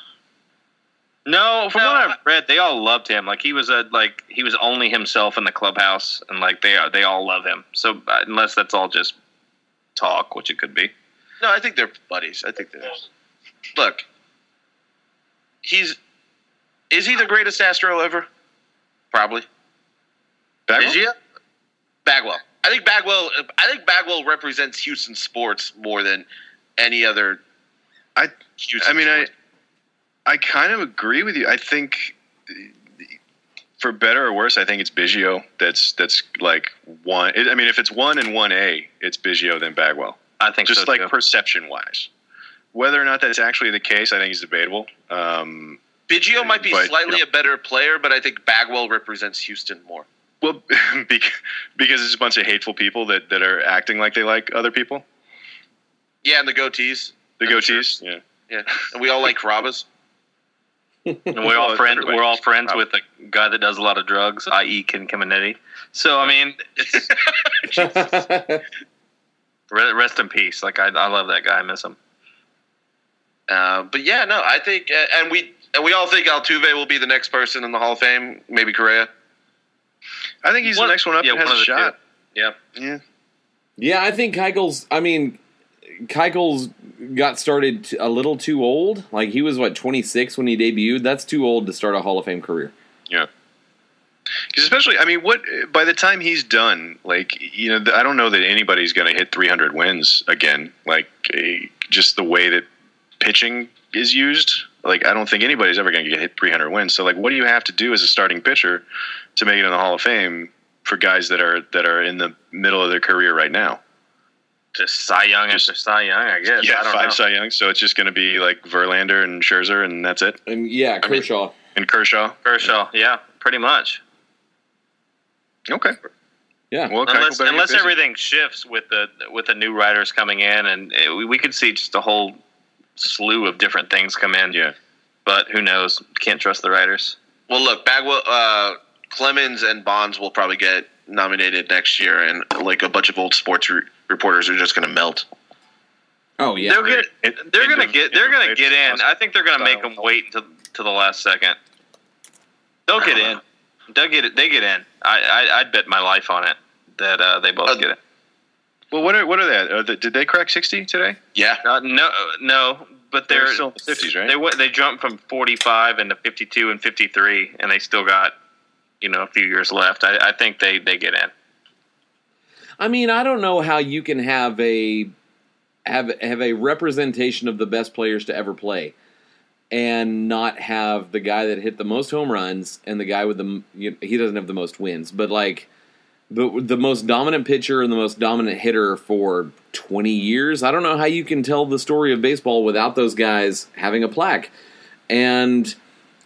Speaker 4: No, from
Speaker 5: No,
Speaker 4: what
Speaker 5: I-
Speaker 4: I've read, they all loved him. Like he was a like he was only himself in the clubhouse, and like they are they all love him. So uh, unless that's all just talk, which it could be.
Speaker 5: No, I think they're buddies. I think they're. Look, he's is he the greatest Astro ever? Probably.
Speaker 3: Bagwell?
Speaker 5: Is he? Bagwell. I think Bagwell. I think Bagwell represents Houston sports more than any other.
Speaker 3: I-
Speaker 5: Houston
Speaker 3: I mean, I
Speaker 5: sports.
Speaker 3: I kind of agree with you. I think, for better or worse, I think it's Biggio that's that's like one. It, I mean, if it's one and one A, it's Biggio then Bagwell.
Speaker 4: I think
Speaker 3: Just
Speaker 4: so,
Speaker 3: like
Speaker 4: too.
Speaker 3: perception wise, whether or not that's actually the case, I think is debatable. Um,
Speaker 5: Biggio might be
Speaker 3: but,
Speaker 5: slightly
Speaker 3: you
Speaker 5: a better player, but I think Bagwell represents Houston more.
Speaker 3: well, bec- because it's a bunch of hateful people that that are acting like they like other people.
Speaker 5: Yeah, and the goatees.
Speaker 3: The
Speaker 5: I'm sure.
Speaker 3: goatees, yeah.
Speaker 5: Yeah, and we all like Carabas.
Speaker 4: And we're all
Speaker 3: Well,
Speaker 4: friends.
Speaker 3: everybody-
Speaker 4: We're all friends with a guy that does a lot of drugs, i.e., Ken Caminiti. So I mean, it's, re- rest in peace. Like I, I love that guy. I miss him.
Speaker 5: Uh, but yeah, no, I think, uh, and we and we all think Altuve will be the next person in the Hall of Fame. Maybe Correa.
Speaker 3: I think he's
Speaker 4: One-
Speaker 3: the next one up
Speaker 4: yeah,
Speaker 3: and has
Speaker 4: one
Speaker 3: a
Speaker 4: of the two.
Speaker 3: shot.
Speaker 4: Yeah.
Speaker 3: Yeah.
Speaker 2: yeah, I think Keuchel's. I mean, Keuchel's got started t- a little too old. Like he was what 26 when he debuted. That's too old to start a Hall of Fame career.
Speaker 3: Yeah. Because especially, I mean, what by the time he's done, like you know, th- I don't know that anybody's going to hit 300 wins again. Like eh, just the way that pitching is used, like I don't think anybody's ever going to get hit 300 wins. So like, what do you have to do as a starting pitcher to make it in the Hall of Fame for guys that are that are in the middle of their career right now?
Speaker 4: Just Cy Young
Speaker 3: Just-
Speaker 4: after Cy Young, I guess. I don't
Speaker 3: five
Speaker 4: know.
Speaker 3: Cy Young. So it's just going to be like Verlander and Scherzer, and that's it.
Speaker 2: And yeah, Kershaw.
Speaker 3: And Kershaw.
Speaker 4: Kershaw. Yeah, pretty much.
Speaker 3: Okay.
Speaker 2: Yeah.
Speaker 3: Well, Keuchel
Speaker 4: unless
Speaker 3: better get
Speaker 4: unless
Speaker 3: busy.
Speaker 4: everything shifts with the with the new writers coming in, and it, we, we could see just a whole slew of different things come in.
Speaker 3: Yeah.
Speaker 4: But who knows? Can't trust the writers.
Speaker 5: Well, look, Bagwell, uh, Clemens, and Bonds will probably get nominated next year, and like a bunch of old sports re- reporters are just going to melt.
Speaker 2: Oh yeah.
Speaker 4: they're gonna
Speaker 3: It-
Speaker 4: they're
Speaker 3: it-
Speaker 4: gonna
Speaker 3: it-
Speaker 4: get they're
Speaker 3: it-
Speaker 4: gonna
Speaker 3: it-
Speaker 4: get in. I think they're gonna make
Speaker 3: Style.
Speaker 4: them wait until to the last second. They'll get in. They'll get it. They get in. I, I I'd bet my life on it that uh, they both
Speaker 5: Uh,
Speaker 4: get it.
Speaker 3: Well, what are what are that? Are the, did they crack 60 today?
Speaker 5: Yeah,
Speaker 4: Uh, no, no, but
Speaker 3: They're
Speaker 4: they're,
Speaker 3: still in the 50s, right?
Speaker 4: They went. They jumped from forty five into fifty two and fifty three, and they still got you know a few years left. I, I think they they get in.
Speaker 2: I mean, I don't know how you can have a have have a representation of the best players to ever play and not have the guy that hit the most home runs and the guy with the m- you, he doesn't have the most wins, but like the the most dominant pitcher and the most dominant hitter for 20 years. I don't know how you can tell the story of baseball without those guys having a plaque. And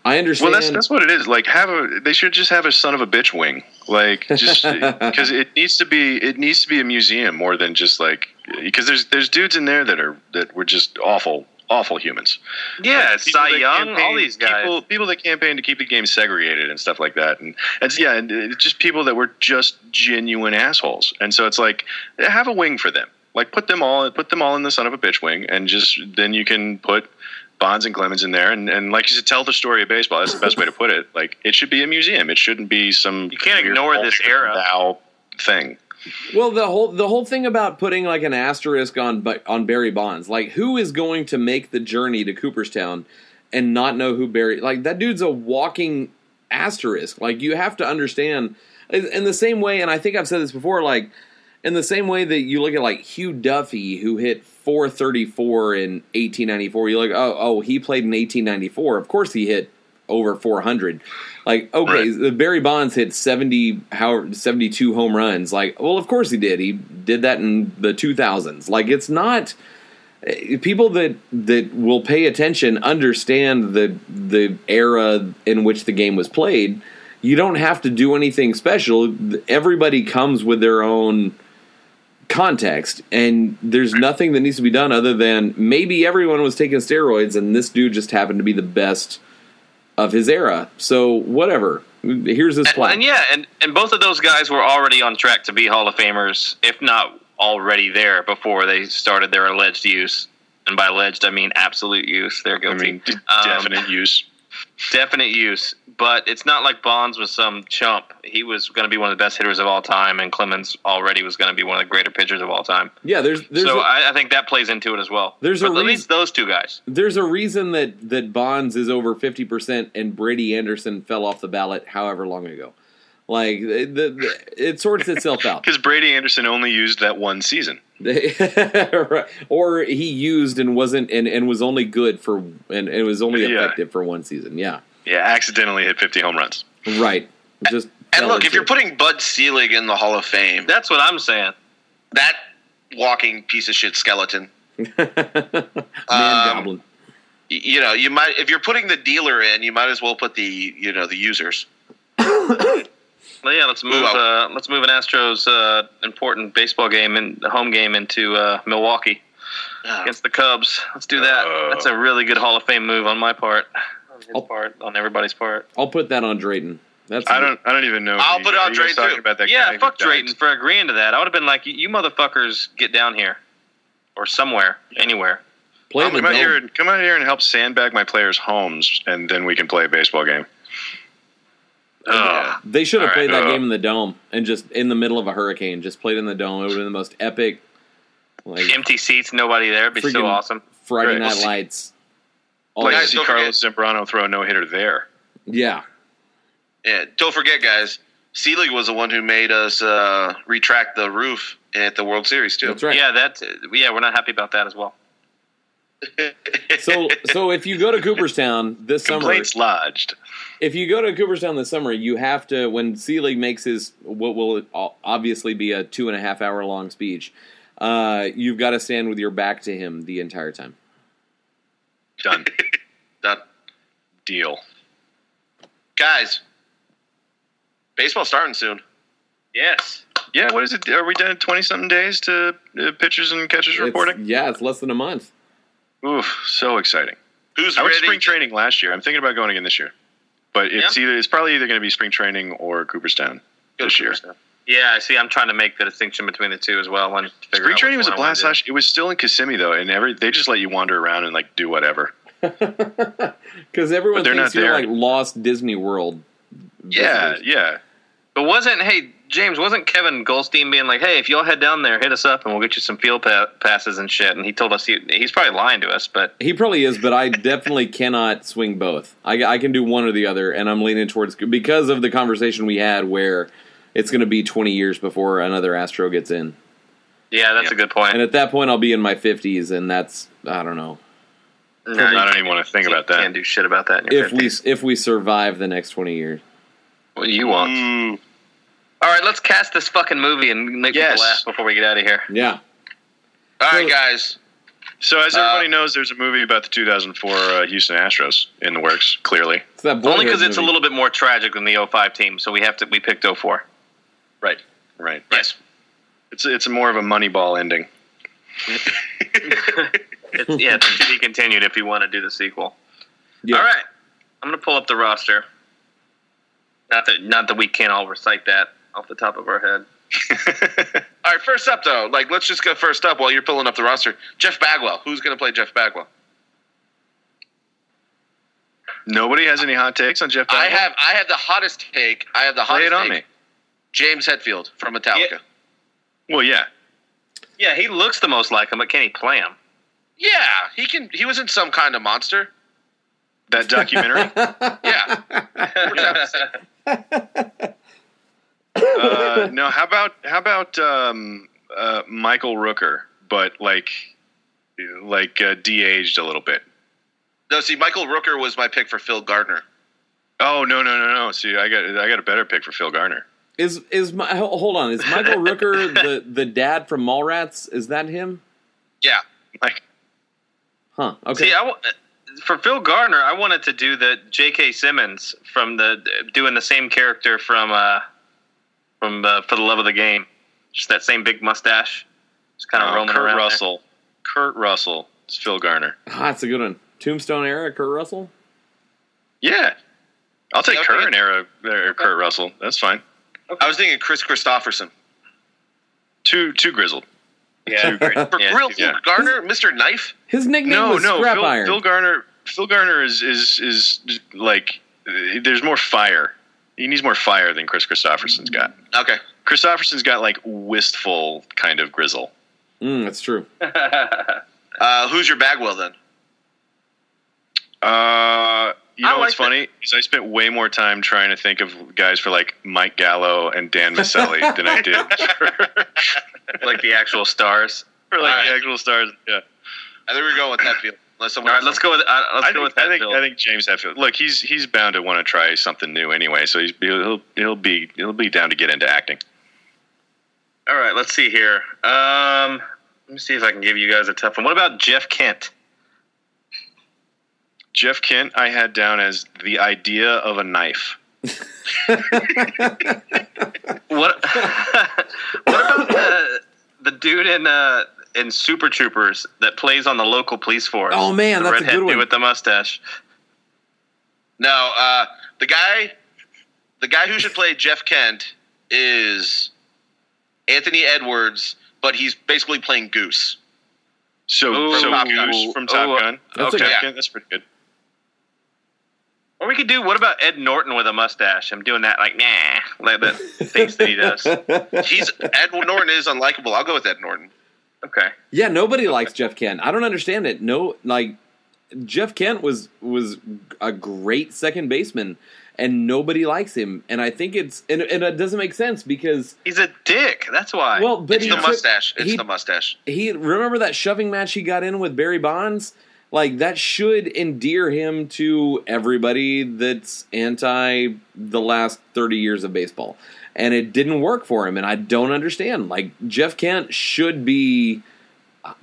Speaker 2: I
Speaker 3: Well,
Speaker 2: understand
Speaker 3: that's that's what it is. Like, have a they should just have a son of a bitch wing. Like, just because it needs to be it needs to be a museum more than just like because there's there's dudes in there that are that were just awful awful humans.
Speaker 4: Yeah,
Speaker 3: People
Speaker 4: Cy
Speaker 3: that
Speaker 4: Young, all
Speaker 3: campaigned-
Speaker 4: these guys.
Speaker 3: people people that campaign to keep the game segregated and stuff like that, and and yeah, and uh, just people that were just genuine assholes. And so it's like have a wing for them. Like put them all put them all in the son of a bitch wing, and just then you can put Bonds and Clemens in there, and, and like you said, tell the story of baseball. That's the best way to put it. Like it should be a museum. It shouldn't be some
Speaker 4: You can't
Speaker 3: weird
Speaker 4: ignore this
Speaker 3: culture
Speaker 4: era.
Speaker 3: thou thing.
Speaker 2: Well, the whole the whole thing about putting like an asterisk on Bu- on Barry Bonds, like who is going to make the journey to Cooperstown and not know who Barry? Like that dude's a walking asterisk. Like you have to understand in in the same way, and I think I've said this before. Like in the same way that you look at like Hugh Duffy, who hit 434 in 1894, you're like, oh, oh, he played in 1894. Of course, he hit over 400. Like, okay, the Barry Bonds hit 70, however, 72 home runs. Like, well, of course he did. He did that in the 2000s. Like, it's not people that that will pay attention understand the the era in which the game was played. You don't have to do anything special. Everybody comes with their own context, and there's nothing that needs to be done other than maybe everyone was taking steroids, and this dude just happened to be the best of his era. So whatever. Here's his
Speaker 4: And,
Speaker 2: plot.
Speaker 4: and yeah, and, and both of those guys were already on track to be Hall of Famers, if not already there before they started their alleged use. And by alleged, I mean absolute use. They're
Speaker 3: I
Speaker 4: guilty.
Speaker 3: mean, d-
Speaker 4: Um,
Speaker 3: definite use.
Speaker 4: definite use. But it's not like Bonds was some chump. He was going to be one of the best hitters of all time, and Clemens already was going to be one of the greater pitchers of all time.
Speaker 2: yeah, there's there's
Speaker 4: so
Speaker 2: a-
Speaker 4: I I think that plays into it as well.
Speaker 2: There's a
Speaker 4: but at
Speaker 2: reas-
Speaker 4: least those two guys.
Speaker 2: there's a reason that that Bonds is over fifty percent and Brady Anderson fell off the ballot however long ago. Like the, the, it sorts itself out,
Speaker 3: Because Brady Anderson only used that one season.
Speaker 2: Right. or he used and wasn't and, and was only good for and it was only
Speaker 3: Yeah.
Speaker 2: effective for one season. Yeah,
Speaker 3: Yeah, accidentally hit 50 home runs.
Speaker 2: right. Just
Speaker 5: And
Speaker 2: fell
Speaker 5: look, if
Speaker 2: into
Speaker 5: you're
Speaker 2: it.
Speaker 5: putting Bud Selig in the Hall of Fame, that,
Speaker 4: That's what I'm saying.
Speaker 5: that walking piece of shit skeleton,
Speaker 2: man
Speaker 5: um,
Speaker 2: goblin,
Speaker 5: y- you know, you might if you're putting the dealer in, you might as well put the you know the users.
Speaker 4: Well, yeah, let's move.
Speaker 5: Move
Speaker 4: Uh, let's move an Astros uh, important baseball game and home game into uh, Milwaukee
Speaker 5: Ah,
Speaker 4: against the Cubs. Let's do that.
Speaker 3: Uh.
Speaker 4: That's a really good Hall of Fame move on my part, on his
Speaker 2: Oh.
Speaker 4: part, on everybody's part.
Speaker 2: I'll put that on Drayton. That's
Speaker 3: I don't I don't even know.
Speaker 5: I'll
Speaker 3: Are
Speaker 5: put it
Speaker 3: you
Speaker 5: on
Speaker 3: guys
Speaker 5: Drayton,
Speaker 3: talking
Speaker 5: too.
Speaker 3: About that guy
Speaker 4: yeah,
Speaker 3: who
Speaker 4: fuck
Speaker 3: died?
Speaker 4: Drayton for agreeing to that. I would have been like, you motherfuckers, get down here, or somewhere, anywhere.
Speaker 2: play in the
Speaker 3: Come out,
Speaker 2: dome.
Speaker 3: here and, come out here and help sandbag my players' homes, and then we can play a baseball game. Oh,
Speaker 4: Ugh.
Speaker 2: They should have
Speaker 4: All right,
Speaker 2: played that
Speaker 3: uh,
Speaker 2: game in the dome and just in the middle of a hurricane, just played in the dome. It would have been the most epic. Like,
Speaker 4: Empty seats, nobody there. It'd be so
Speaker 2: Freaking-
Speaker 4: awesome.
Speaker 2: Friday
Speaker 3: Right.
Speaker 2: Night
Speaker 3: Well, see-
Speaker 2: Lights. All
Speaker 3: Like,
Speaker 2: that-
Speaker 5: guys,
Speaker 3: see
Speaker 5: don't
Speaker 3: Carlos Zambrano throw a no hitter there.
Speaker 2: yeah,
Speaker 5: Yeah, don't forget, guys. Selig was the one who made us uh, retract the roof at the World Series too.
Speaker 2: that's right.
Speaker 4: Yeah, that. Yeah, we're not happy about that as well.
Speaker 2: So, so if you go to Cooperstown this summer,
Speaker 3: Complaints lodged.
Speaker 2: if you go to Cooperstown this summer, you have to when Selig makes his what will o- obviously be a two and a half hour long speech. Uh, you've got to stand with your back to him the entire time.
Speaker 3: Done.
Speaker 5: Done.
Speaker 3: Deal.
Speaker 5: guys, baseball starting soon.
Speaker 4: Yes.
Speaker 3: Yeah, what is it? Are we done in 20 something days to uh, pitchers and catchers
Speaker 2: It's-
Speaker 3: reporting?
Speaker 2: yeah, it's less than a month.
Speaker 3: Oof, so exciting.
Speaker 5: Who's
Speaker 3: I went to
Speaker 5: ready?
Speaker 3: spring training last year. I'm thinking about going again this year. But it's either it's probably either going to be spring training or Cooperstown
Speaker 5: Go
Speaker 3: this year.
Speaker 5: Cooperstown.
Speaker 4: Yeah, I see. I'm trying to make the distinction between the two as well. One
Speaker 3: Spring training was a blast last year. It was still in Kissimmee though, and every they just let you wander around and like do whatever.
Speaker 2: Because everyone
Speaker 3: But they're
Speaker 2: thinks
Speaker 3: not
Speaker 2: you're
Speaker 3: there.
Speaker 2: like lost Disney World.
Speaker 3: Yeah,
Speaker 2: visitors.
Speaker 3: yeah.
Speaker 4: But wasn't hey James? Wasn't Kevin Goldstein being like, "Hey, if y'all head down there, hit us up, and we'll get you some field pa- passes and shit"? And he told us he, he's probably lying to us, but
Speaker 2: He probably is, but I definitely cannot swing both. I, I can do one or the other, and I'm leaning towards because of the conversation we had where it's going to be 20 years before another Astro gets in,
Speaker 4: yeah, that's
Speaker 3: Yeah.
Speaker 4: a good point.
Speaker 2: and at that point I'll be in my 50s, and that's I don't know
Speaker 4: No, you
Speaker 3: I don't
Speaker 4: can't-
Speaker 3: even want to think about
Speaker 4: Mm-hmm. Can't
Speaker 3: that.
Speaker 4: do shit about that. In your
Speaker 2: if
Speaker 4: 50s.
Speaker 2: we if we survive the next 20 years.
Speaker 4: Well, you want.
Speaker 3: Mm.
Speaker 4: All right, let's cast this fucking movie and make
Speaker 3: Yes.
Speaker 4: people laugh before we get out of here.
Speaker 2: Yeah,
Speaker 5: All right, guys.
Speaker 3: So as
Speaker 5: Uh,
Speaker 3: everybody knows, there's a movie about the 2004 uh, Houston Astros in the works. Clearly,
Speaker 2: it's that
Speaker 4: Only because
Speaker 2: Boyhood
Speaker 4: it's a
Speaker 2: movie.
Speaker 4: little bit more tragic than the 05 team, so we have to we picked 04.
Speaker 5: Right.
Speaker 3: right?
Speaker 4: Yes.
Speaker 3: It's it's more of a Moneyball ending.
Speaker 4: It's, yeah, it's to be continued if you want to do the sequel.
Speaker 2: Yeah.
Speaker 4: All right, I'm gonna pull up the roster. Not that not that we can't all recite that off the top of our head.
Speaker 5: All right. First up, though, like let's just go first up while you're pulling up the roster. Jeff Bagwell. Who's going to play Jeff Bagwell?
Speaker 3: Nobody has any hot takes on Jeff.
Speaker 5: I
Speaker 3: Bagwell?
Speaker 5: have I have the hottest take. I have the
Speaker 3: Play
Speaker 5: hottest
Speaker 3: it on
Speaker 5: take.
Speaker 3: me.
Speaker 5: James Hetfield from Metallica.
Speaker 4: Yeah.
Speaker 3: Well, yeah.
Speaker 4: Yeah, he looks the most like him, but can he play him?
Speaker 5: Yeah, he can. He was in some kind of monster.
Speaker 3: That documentary.
Speaker 5: Yeah.
Speaker 3: uh, no, how about how about um, uh, Michael Rooker, but like like uh, de-aged a little bit.
Speaker 5: no, see, Michael Rooker was my pick for Phil Gardner.
Speaker 3: Oh no no no no! See, I got I got a better pick for Phil Garner.
Speaker 2: Is is my ho- hold on? Is Michael Rooker the the dad from Mallrats? Is that him?
Speaker 5: Yeah.
Speaker 3: Like,
Speaker 2: Huh. Okay.
Speaker 4: See, I w- for Phil Garner, I wanted to do the J.K. Simmons from the doing the same character from uh, from uh, For the Love of the Game, just that same big mustache, just kind of
Speaker 3: uh,
Speaker 4: roaming
Speaker 3: Kurt
Speaker 4: around. there.
Speaker 3: Russell. Kurt Russell. It's Phil Garner.
Speaker 2: Ah, that's a good one. Tombstone era, Kurt Russell.
Speaker 3: Yeah, I'll take
Speaker 5: Yeah, okay.
Speaker 3: current era er, Kurt Russell. That's fine.
Speaker 5: I was thinking Chris Christopherson.
Speaker 3: Too too grizzled.
Speaker 4: Yeah, great.
Speaker 5: For
Speaker 4: Yeah,
Speaker 5: real,
Speaker 3: yeah.
Speaker 5: Phil Gardner, Mr. Knife.
Speaker 2: His nickname
Speaker 3: No
Speaker 2: was
Speaker 3: no.
Speaker 2: Scrap
Speaker 3: Phil,
Speaker 2: Iron.
Speaker 3: Phil Garner. Phil Garner is is is like uh, there's more fire. He needs more fire than Chris Christopherson's got.
Speaker 5: Okay.
Speaker 3: Christopherson's got like wistful kind of grizzle.
Speaker 2: mm, that's true.
Speaker 5: Uh, who's your Bagwell then?
Speaker 3: Uh, you
Speaker 4: I
Speaker 3: know what's
Speaker 4: like
Speaker 3: funny is I spent way more time trying to think of guys for like Mike Gallo and Dan Maselli than I did for,
Speaker 4: like the actual stars.
Speaker 3: for like
Speaker 5: Alright.
Speaker 3: the actual stars. Yeah,
Speaker 5: I think we're going with that field. Unless
Speaker 4: All right, let's go with uh, let's
Speaker 3: I
Speaker 4: go
Speaker 3: think,
Speaker 4: with that.
Speaker 3: I think
Speaker 4: Phil.
Speaker 3: I think James Hetfield. Look, he's he's bound to want to try something new anyway, so he's he'll he'll be he'll be down to get into acting.
Speaker 4: All right, let's see here. Um, let me see if I can give you guys a tough one. What about Jeff Kent?
Speaker 3: Jeff Kent, I had down as the idea of a knife.
Speaker 4: What What about the the dude in uh in Super Troopers that plays on the local police force?
Speaker 2: Oh, man,
Speaker 4: the
Speaker 2: that's a
Speaker 4: redhead
Speaker 2: good one.
Speaker 4: dude with the mustache.
Speaker 5: No, uh, the guy, the guy who should play Jeff Kent is Anthony Edwards, but he's basically playing Goose.
Speaker 3: So
Speaker 4: Ooh.
Speaker 3: so
Speaker 5: From Top Gun.
Speaker 3: Goose from Top
Speaker 4: Ooh,
Speaker 3: Gun.
Speaker 2: that's a
Speaker 3: Jeff
Speaker 5: good-
Speaker 3: Kent, that's pretty good.
Speaker 4: Or we could do what about Ed Norton with a mustache? I'm doing that like nah, like that things that he does.
Speaker 5: He's Ed Norton is unlikable. I'll go with Ed Norton.
Speaker 4: Okay,
Speaker 2: Yeah, nobody likes Jeff Kent. I don't understand it. No, like Jeff Kent was was a great second baseman, and nobody likes him. And I think it's and, and it doesn't make sense because
Speaker 4: he's a dick. That's why.
Speaker 2: well, but
Speaker 5: It's
Speaker 2: he
Speaker 5: the
Speaker 2: took-
Speaker 5: mustache. It's
Speaker 2: he-
Speaker 5: the mustache.
Speaker 2: he remember that shoving match he got in with Barry Bonds. Like that should endear him to everybody that's anti the last thirty years of baseball, and it didn't work for him. And I don't understand. Like Jeff Kent should be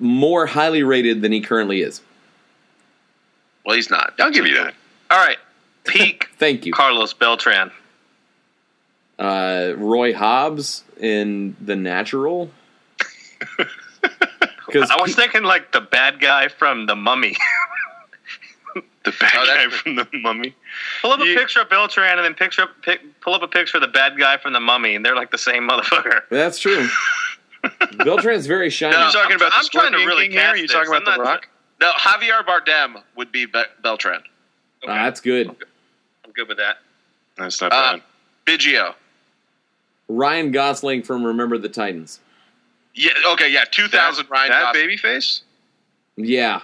Speaker 2: more highly rated than he currently is.
Speaker 5: Well, he's not.
Speaker 3: I'll give you that.
Speaker 4: all right, peak
Speaker 2: Thank you.
Speaker 4: Carlos Beltran.
Speaker 2: Uh, Roy Hobbs in The Natural. Because
Speaker 4: I was thinking like the bad guy from The Mummy.
Speaker 3: The bad
Speaker 5: Oh, that's
Speaker 3: guy
Speaker 5: good.
Speaker 3: from the Mummy.
Speaker 4: pull up a
Speaker 3: You-
Speaker 4: picture of Beltran and then picture up, pic, pull up a picture of the bad guy from The Mummy, and they're like the same motherfucker.
Speaker 2: that's true. Beltran's very shiny.
Speaker 5: No,
Speaker 3: You're talking
Speaker 4: I'm-
Speaker 3: about the
Speaker 4: I'm trying to
Speaker 3: Scorpion
Speaker 4: really
Speaker 3: King here?
Speaker 4: cast
Speaker 3: You're talking
Speaker 4: this.
Speaker 3: about
Speaker 4: I'm
Speaker 3: the
Speaker 4: not-
Speaker 3: Rock?
Speaker 5: No, Javier Bardem would be Be- Beltran.
Speaker 2: Ah, that's good.
Speaker 4: I'm good with that.
Speaker 3: That's not
Speaker 5: Uh,
Speaker 3: bad.
Speaker 5: Biggio.
Speaker 2: Ryan Gosling from Remember the Titans.
Speaker 5: Yeah. Okay. Yeah. Two thousand. Ryan.
Speaker 3: that
Speaker 5: Gosling.
Speaker 3: baby face?
Speaker 2: Yeah.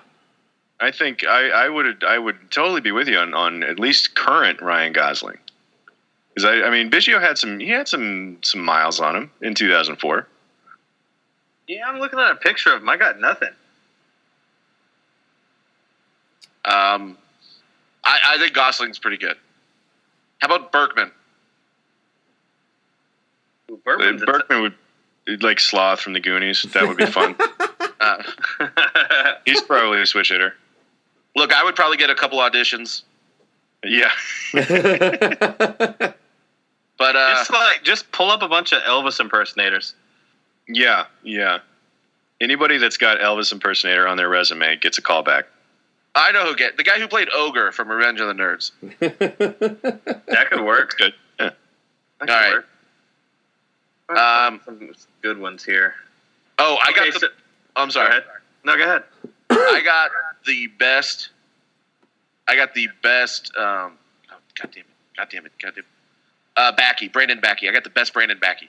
Speaker 3: I think I, I would I would totally be with you on, on at least current Ryan Gosling. Because I, I mean Biggio had some he had some some miles on him in 2004.
Speaker 4: Yeah, I'm looking at a picture of him. I got nothing.
Speaker 5: Um, I, I think Gosling's pretty good. How about Berkman?
Speaker 4: Ooh,
Speaker 3: Uh,
Speaker 4: Bergman's a-
Speaker 3: Berkman would like sloth from the Goonies. That would be fun.
Speaker 5: Uh,
Speaker 3: He's probably a switch hitter.
Speaker 5: look, I would probably get a couple auditions,
Speaker 3: Yeah,
Speaker 5: but uh,
Speaker 4: just like just pull up a bunch of Elvis impersonators.
Speaker 3: yeah, yeah. Anybody that's got Elvis impersonator on their resume gets a callback.
Speaker 5: I know who get the guy who played Ogre from Revenge of the Nerds.
Speaker 4: That could work.
Speaker 3: Good. Yeah.
Speaker 4: That could
Speaker 5: All right.
Speaker 4: work.
Speaker 5: Um,
Speaker 4: Some good ones here.
Speaker 5: Oh, I
Speaker 4: Okay,
Speaker 5: got. The,
Speaker 4: so-
Speaker 5: I'm
Speaker 4: Go
Speaker 5: sorry.
Speaker 4: ahead. No, go ahead.
Speaker 5: I got the best. I got the best. Um, oh, God damn it! God damn it! God damn it! Uh, Backy, Brandon Backy. I got the best Brandon Backy.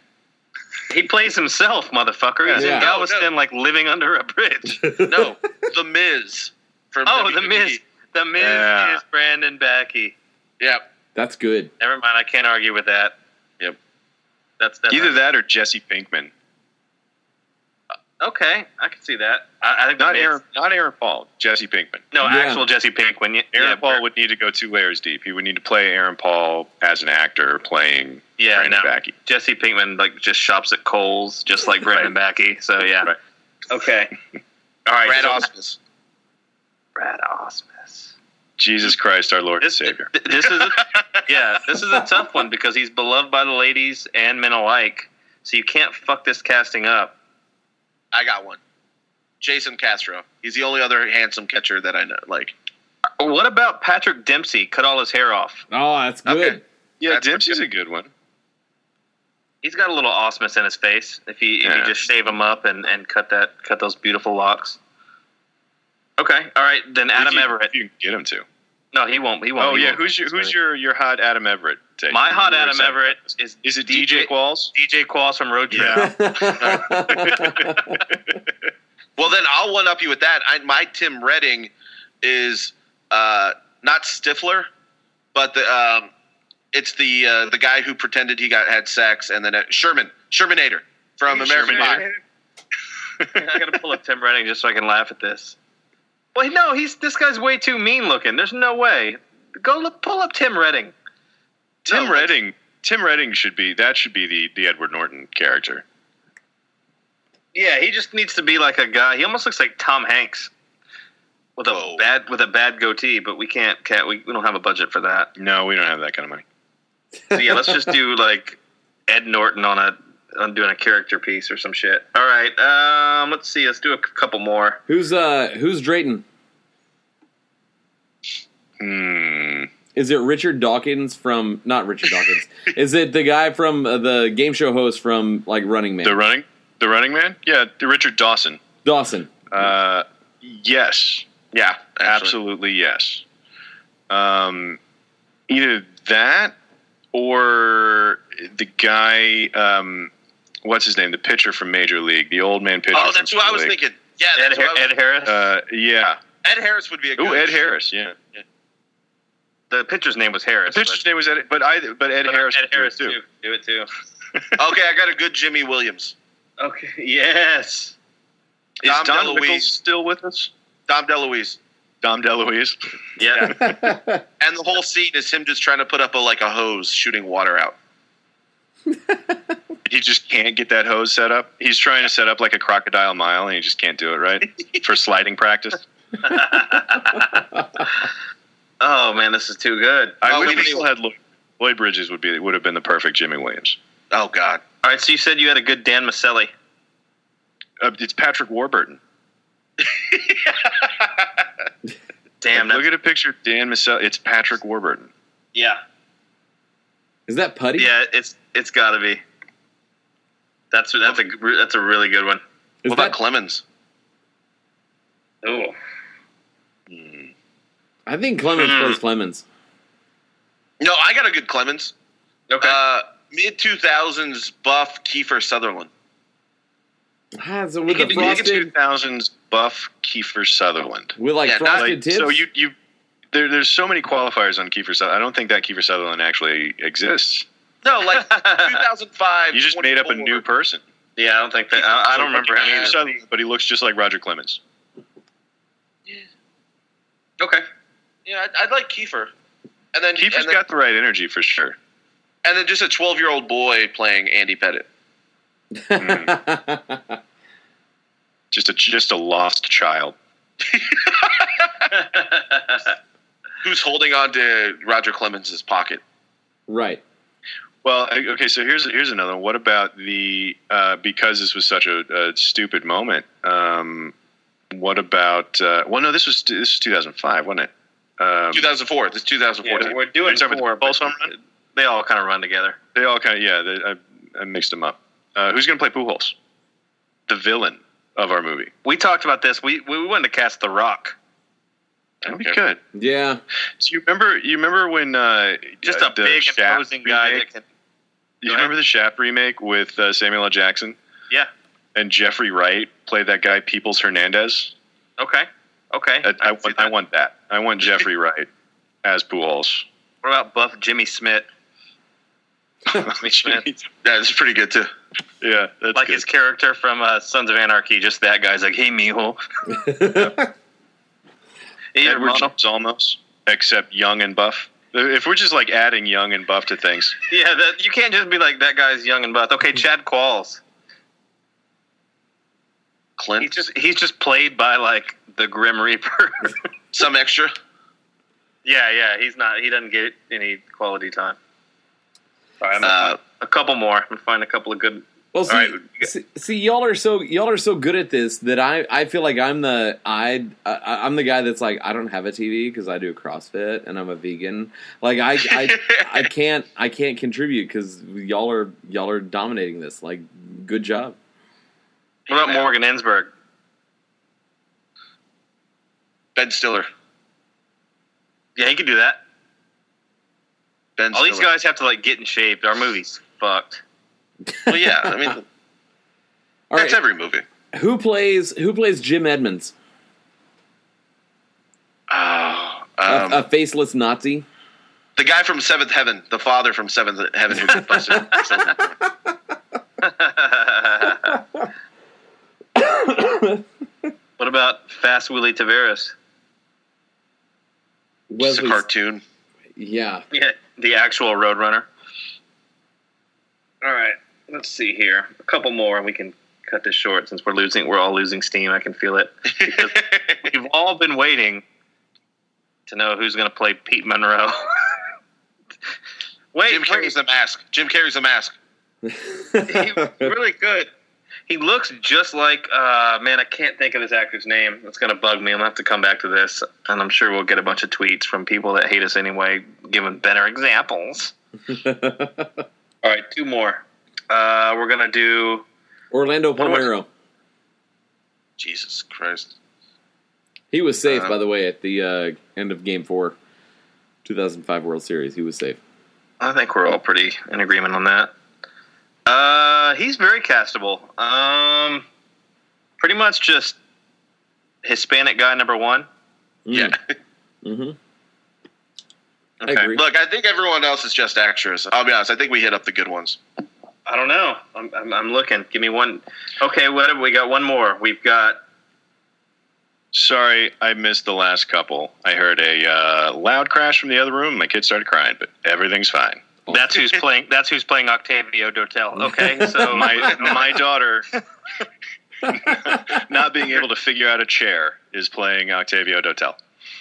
Speaker 4: He plays himself, motherfucker. He's
Speaker 2: Yeah.
Speaker 4: in
Speaker 2: No,
Speaker 4: Galveston,
Speaker 5: no.
Speaker 4: like living under a bridge.
Speaker 5: No, the Miz. From E.
Speaker 4: oh, the
Speaker 5: WWE.
Speaker 4: Miz. The Miz
Speaker 3: Yeah.
Speaker 4: is Brandon Backey.
Speaker 5: Yeah,
Speaker 2: That's good.
Speaker 4: Never mind, I can't argue with that.
Speaker 5: Yep.
Speaker 4: That's, that's
Speaker 3: Either that or Jesse Pinkman.
Speaker 4: Okay, I can see that. I, I think the
Speaker 3: Not
Speaker 4: Miz-
Speaker 3: Aaron. Not Aaron Paul. Jesse Pinkman.
Speaker 4: No,
Speaker 2: Yeah.
Speaker 4: actual Jesse Pinkman. Yeah,
Speaker 3: Aaron
Speaker 4: yeah,
Speaker 3: Paul would need to go two layers deep. He would need to play Aaron Paul as an actor playing
Speaker 4: Yeah,
Speaker 3: Brandon
Speaker 4: no.
Speaker 3: Backey.
Speaker 4: Jesse Pinkman like just shops at Kohl's, just like Brandon Backey. So yeah.
Speaker 3: Right.
Speaker 4: Okay. All right.
Speaker 5: Brad
Speaker 4: so-
Speaker 5: Ausmus.
Speaker 4: Brad Ausmus.
Speaker 3: Jesus Christ, our Lord and
Speaker 4: This,
Speaker 3: Savior.
Speaker 4: th- this is a, yeah. This is a tough one because he's beloved by the ladies and men alike. So you can't fuck this casting up.
Speaker 5: I got one. Jason Castro. He's the only other handsome catcher that I know. Like,
Speaker 4: Uh, What about Patrick Dempsey? Cut all his hair off.
Speaker 2: Oh, that's good.
Speaker 5: Okay.
Speaker 3: Yeah,
Speaker 5: That's
Speaker 3: Dempsey's a good one.
Speaker 4: He's got a little Ausmus in his face. If he if
Speaker 3: Yeah.
Speaker 4: you just shave him up and, and cut that cut those beautiful locks. Okay. All right. Then Adam
Speaker 3: If you-
Speaker 4: Everett.
Speaker 3: if you can get him to.
Speaker 4: No, he won't. He
Speaker 3: Oh
Speaker 4: won't. he
Speaker 3: yeah,
Speaker 4: won't.
Speaker 3: who's your who's your your hot Adam Everett? Take?
Speaker 4: My hot
Speaker 3: You were
Speaker 4: Adam
Speaker 3: excited.
Speaker 4: Everett is
Speaker 3: Is it DJ, Qualls?
Speaker 4: DJ Qualls from Road Trip.
Speaker 3: Yeah.
Speaker 5: well, then I'll one up you with that. I, my Tim Redding is uh, not Stifler, but the um, it's the uh, the guy who pretended he got had sex and then uh, Sherman Shermanator from American Pie.
Speaker 4: I gotta pull up Tim Redding just so I can laugh at this. Well, no, he's this guy's way too mean looking. There's no way. Go look, pull up Tim Redding.
Speaker 3: Tim
Speaker 5: No, that's-
Speaker 3: Redding. Tim Redding should be that should be the the Edward Norton character.
Speaker 4: Yeah, he just needs to be like a guy. He almost looks like Tom Hanks with a
Speaker 5: Whoa.
Speaker 4: bad with a bad goatee. But we can't, can't we, we don't have a budget for that.
Speaker 3: No, we don't have that kind of money.
Speaker 4: So yeah, let's just do like Ed Norton on a on doing a character piece or some shit. All right, um, let's see. Let's do a c- couple more.
Speaker 2: who's uh who's Drayton?
Speaker 3: Hmm.
Speaker 2: Is it Richard Dawkins from not Richard Dawkins? is it the guy from uh, the game show host from like Running Man?
Speaker 3: The running the running man? Yeah, the Richard Dawson.
Speaker 2: Dawson.
Speaker 3: Uh, yes.
Speaker 5: Yeah, absolutely.
Speaker 3: Absolutely yes. Um, either that or the guy um, what's his name? The pitcher from Major League, the old man pitcher.
Speaker 5: Oh,
Speaker 3: from
Speaker 5: that's who I was
Speaker 3: Major League.
Speaker 5: thinking. Yeah,
Speaker 4: Ed,
Speaker 5: that's who I
Speaker 4: Har-
Speaker 5: was-
Speaker 4: Ed Harris.
Speaker 3: Uh, yeah.
Speaker 5: Ed Harris would be a good.
Speaker 3: Oh, Ed Harris, yeah.
Speaker 4: the pitcher's name was Harris.
Speaker 3: The pitcher's name was Ed, but I, but Ed
Speaker 4: but- but
Speaker 3: Harris,
Speaker 4: Ed Harris
Speaker 3: too.
Speaker 4: too. Do it too.
Speaker 5: Okay, I got a good Jimmy Williams.
Speaker 4: Okay. Yes.
Speaker 3: Is
Speaker 5: Dom
Speaker 3: Don
Speaker 5: DeLuise.
Speaker 3: Rickles still with us?
Speaker 5: Dom DeLuise.
Speaker 3: Dom DeLuise.
Speaker 4: Yeah.
Speaker 5: And the whole scene is him just trying to put up a like a hose shooting water out.
Speaker 3: He just can't get that hose set up. He's trying to set up like a crocodile mile, and he just can't do it right for sliding practice.
Speaker 4: oh man, this is too good.
Speaker 3: I
Speaker 5: Oh,
Speaker 3: wish
Speaker 5: we
Speaker 3: we
Speaker 5: need-
Speaker 3: still had Lloyd, Lloyd Bridges. Would be would have been the perfect Jimmy Williams.
Speaker 5: Oh God.
Speaker 4: All right. So you said you had a good Dan Maselli.
Speaker 3: Uh, it's Patrick Warburton.
Speaker 4: Damn.
Speaker 3: Look
Speaker 4: That's,
Speaker 3: at a picture of Dan Massel. It's Patrick Warburton.
Speaker 4: yeah.
Speaker 2: Is that Putty?
Speaker 4: Yeah. It's it's got to be. That's that's a that's a really good one.
Speaker 2: Is
Speaker 5: what about
Speaker 2: that-
Speaker 5: Clemens?
Speaker 4: Oh.
Speaker 2: I think Clemens
Speaker 4: Hmm.
Speaker 2: plays Clemens.
Speaker 5: No, I got a good Clemens.
Speaker 4: Okay.
Speaker 5: Uh, Mid two thousands buff Kiefer Sutherland.
Speaker 2: Ah, so with
Speaker 4: He
Speaker 2: the
Speaker 4: can- he can
Speaker 2: frosted,
Speaker 3: Two thousands buff Kiefer Sutherland.
Speaker 2: with like
Speaker 5: Yeah, not
Speaker 2: frosted
Speaker 3: Like,
Speaker 2: tips.
Speaker 3: so you you there, there's so many qualifiers on Kiefer Sutherland. I don't think that Kiefer Sutherland actually exists.
Speaker 5: No, like two thousand five.
Speaker 3: You just made up a new person.
Speaker 4: Uh, yeah. I don't think that. I, I don't remember any
Speaker 3: Kiefer
Speaker 4: of that.
Speaker 3: Sutherland, but he looks just like Roger Clemens.
Speaker 4: Okay.
Speaker 5: Yeah, I'd, I'd like Kiefer. And then
Speaker 3: Kiefer's
Speaker 5: and then,
Speaker 3: got the right energy for sure.
Speaker 5: and then just a twelve year old boy playing Andy Pettit.
Speaker 3: Just a just a lost child.
Speaker 5: Who's holding on to Roger Clemens' pocket?
Speaker 2: right.
Speaker 3: Well, I- okay, so here's here's another. one. What about the uh, because this was such a, a stupid moment? Um, what about? Uh, well, no, this was this was 2005, wasn't it? Um,
Speaker 5: Two thousand four. This two thousand four.
Speaker 4: Yeah, we're doing
Speaker 3: You're talking
Speaker 4: four.
Speaker 3: about the
Speaker 4: but
Speaker 3: Bulls home run?
Speaker 4: They all kind of run together.
Speaker 3: They all kind of yeah. They, I, I mixed them up. Uh, who's going to play Pujols? The villain of our movie.
Speaker 4: We talked about this. We we wanted to cast The Rock.
Speaker 3: That'd be
Speaker 5: Okay.
Speaker 3: good.
Speaker 2: Yeah.
Speaker 3: So you remember? You remember when uh,
Speaker 4: Just
Speaker 3: uh,
Speaker 4: a
Speaker 3: the
Speaker 4: big
Speaker 3: Shaft
Speaker 4: imposing guy
Speaker 3: remake?
Speaker 4: that can.
Speaker 3: You remember the Shaft remake with uh, Samuel L. Jackson
Speaker 4: Yeah.
Speaker 3: and Jeffrey Wright played that guy Peoples Hernandez?
Speaker 4: Okay. Okay.
Speaker 3: I, I,
Speaker 4: can see
Speaker 3: want, I
Speaker 4: that.
Speaker 3: want that. I want Jeffrey Wright as Pujols.
Speaker 4: What about Buff Jimmy Smith? Jimmy Smith.
Speaker 5: That's pretty good too.
Speaker 3: Yeah, that's
Speaker 4: like
Speaker 3: good.
Speaker 4: his character from uh, Sons of Anarchy, just that guy's like, "Hey, mijo." Hey,
Speaker 3: Edward
Speaker 4: hermano.
Speaker 3: James Olmos, except young and buff. If we're just like adding young and buff to things,
Speaker 4: Yeah, that, you can't just be like that guy's young and buff. Okay, Chad Qualls. He's
Speaker 5: Clint,
Speaker 4: just he's just played by like the Grim Reaper.
Speaker 5: some extra.
Speaker 4: yeah, yeah, he's not. He doesn't get any quality time. All right, I'm gonna
Speaker 5: Uh,
Speaker 4: find a couple more. I'm gonna find a couple of good.
Speaker 2: Well, see,
Speaker 4: right.
Speaker 2: see, see, y'all are so y'all are so good at this that I, I feel like I'm the I, I I'm the guy that's like I don't have a TV because I do CrossFit and I'm a vegan. Like I I, I can't I can't contribute because y'all are y'all are dominating this. Like good job.
Speaker 4: What about Morgan Ensberg?
Speaker 5: Ben Stiller.
Speaker 4: Yeah, he could do that.
Speaker 5: Ben.
Speaker 4: All
Speaker 5: Stiller.
Speaker 4: these guys have to like get in shape. Our movie's fucked.
Speaker 5: Well, yeah. I mean,
Speaker 2: All right,
Speaker 5: that's every movie.
Speaker 2: who plays who plays Jim Edmonds,
Speaker 5: Oh,
Speaker 2: a,
Speaker 5: um,
Speaker 2: a faceless Nazi?
Speaker 5: the guy from Seventh Heaven, the father from Seventh Heaven, who got busted.
Speaker 4: What about Fast Willie Taveras?
Speaker 5: It's a
Speaker 2: Wesley-
Speaker 5: cartoon.
Speaker 2: yeah,
Speaker 4: Yeah, the actual Roadrunner. All right, let's see here. A couple more, and we can cut this short since we're losing. We're all losing steam. I can feel it. Because we've all been waiting to know who's going to play Pete Monroe. wait,
Speaker 5: Jim
Speaker 4: wait,
Speaker 5: carries the mask. Jim carries the mask.
Speaker 4: he was really good. He looks just like uh, man. I can't think of this actor's name. It's gonna bug me. I'm gonna have to come back to this, and I'm sure we'll get a bunch of tweets from people that hate us anyway, giving better examples. All right, two more. Uh, we're gonna do.
Speaker 2: Orlando Palmero.
Speaker 5: Jesus Christ.
Speaker 2: He was safe,
Speaker 5: Uh,
Speaker 2: by the way, at the uh, end of Game Four, 2005 World Series. He was safe.
Speaker 4: I think we're all pretty in agreement on that. Uh, he's very castable. Um, pretty much just Hispanic guy number one.
Speaker 2: Mm.
Speaker 5: Yeah.
Speaker 2: hmm
Speaker 4: Okay.
Speaker 2: agree.
Speaker 5: Look, I think everyone else is just extras. I'll be honest. I think we hit up the good ones.
Speaker 4: I don't know. I'm, I'm, I'm looking. Give me one. Okay, what have we got? One more. We've got.
Speaker 3: sorry, I missed the last couple. I heard a uh, loud crash from the other room. My kid started crying, but everything's fine.
Speaker 4: That's who's playing. That's who's playing Octavio Dotel. Okay, so
Speaker 3: My my daughter, not being able to figure out a chair, is playing Octavio Dotel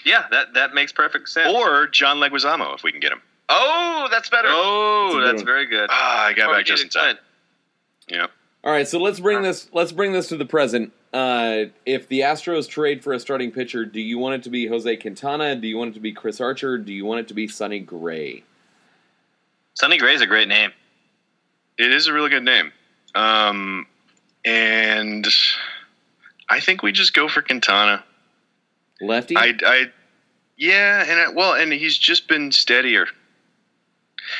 Speaker 4: yeah, that that makes perfect sense.
Speaker 3: or John Leguizamo if we can get him.
Speaker 5: Oh, that's better.
Speaker 4: oh,
Speaker 2: That's a
Speaker 4: that's
Speaker 2: good one.
Speaker 4: very good.
Speaker 3: Ah, I got
Speaker 4: Oh,
Speaker 3: back just in
Speaker 4: did it
Speaker 3: time.
Speaker 4: good.
Speaker 3: Yeah.
Speaker 2: All right, so let's
Speaker 5: Uh,
Speaker 2: bring this. Let's bring this to the present. Uh, if the Astros trade for a starting pitcher, do you want it to be Jose Quintana? Do you want it to be Chris Archer? Do you want it to be Sonny Gray?
Speaker 4: Sonny Gray's a great name.
Speaker 3: It is a really good name. Um, and I think we just go for Quintana.
Speaker 2: Lefty.
Speaker 3: I, I yeah, and I, well, and he's just been steadier.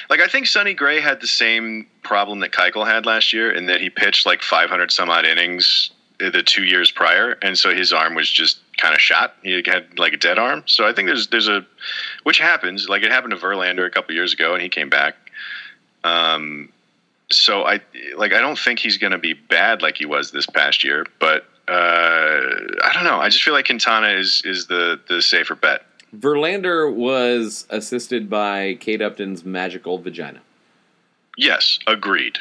Speaker 3: Like I think Sonny Gray had the same problem that Keuchel had last year, in that he pitched like 500 some odd innings the two years prior, and so his arm was just kind of shot. He had like a dead arm. So I think there's there's a which happens. Like it happened to Verlander a couple years ago, and he came back. Um, so I like I don't think he's going to be bad like he was this past year, but uh, I don't know. I just feel like Quintana is is the the safer bet.
Speaker 2: Verlander was assisted by Kate Upton's magical vagina.
Speaker 3: Yes, agreed.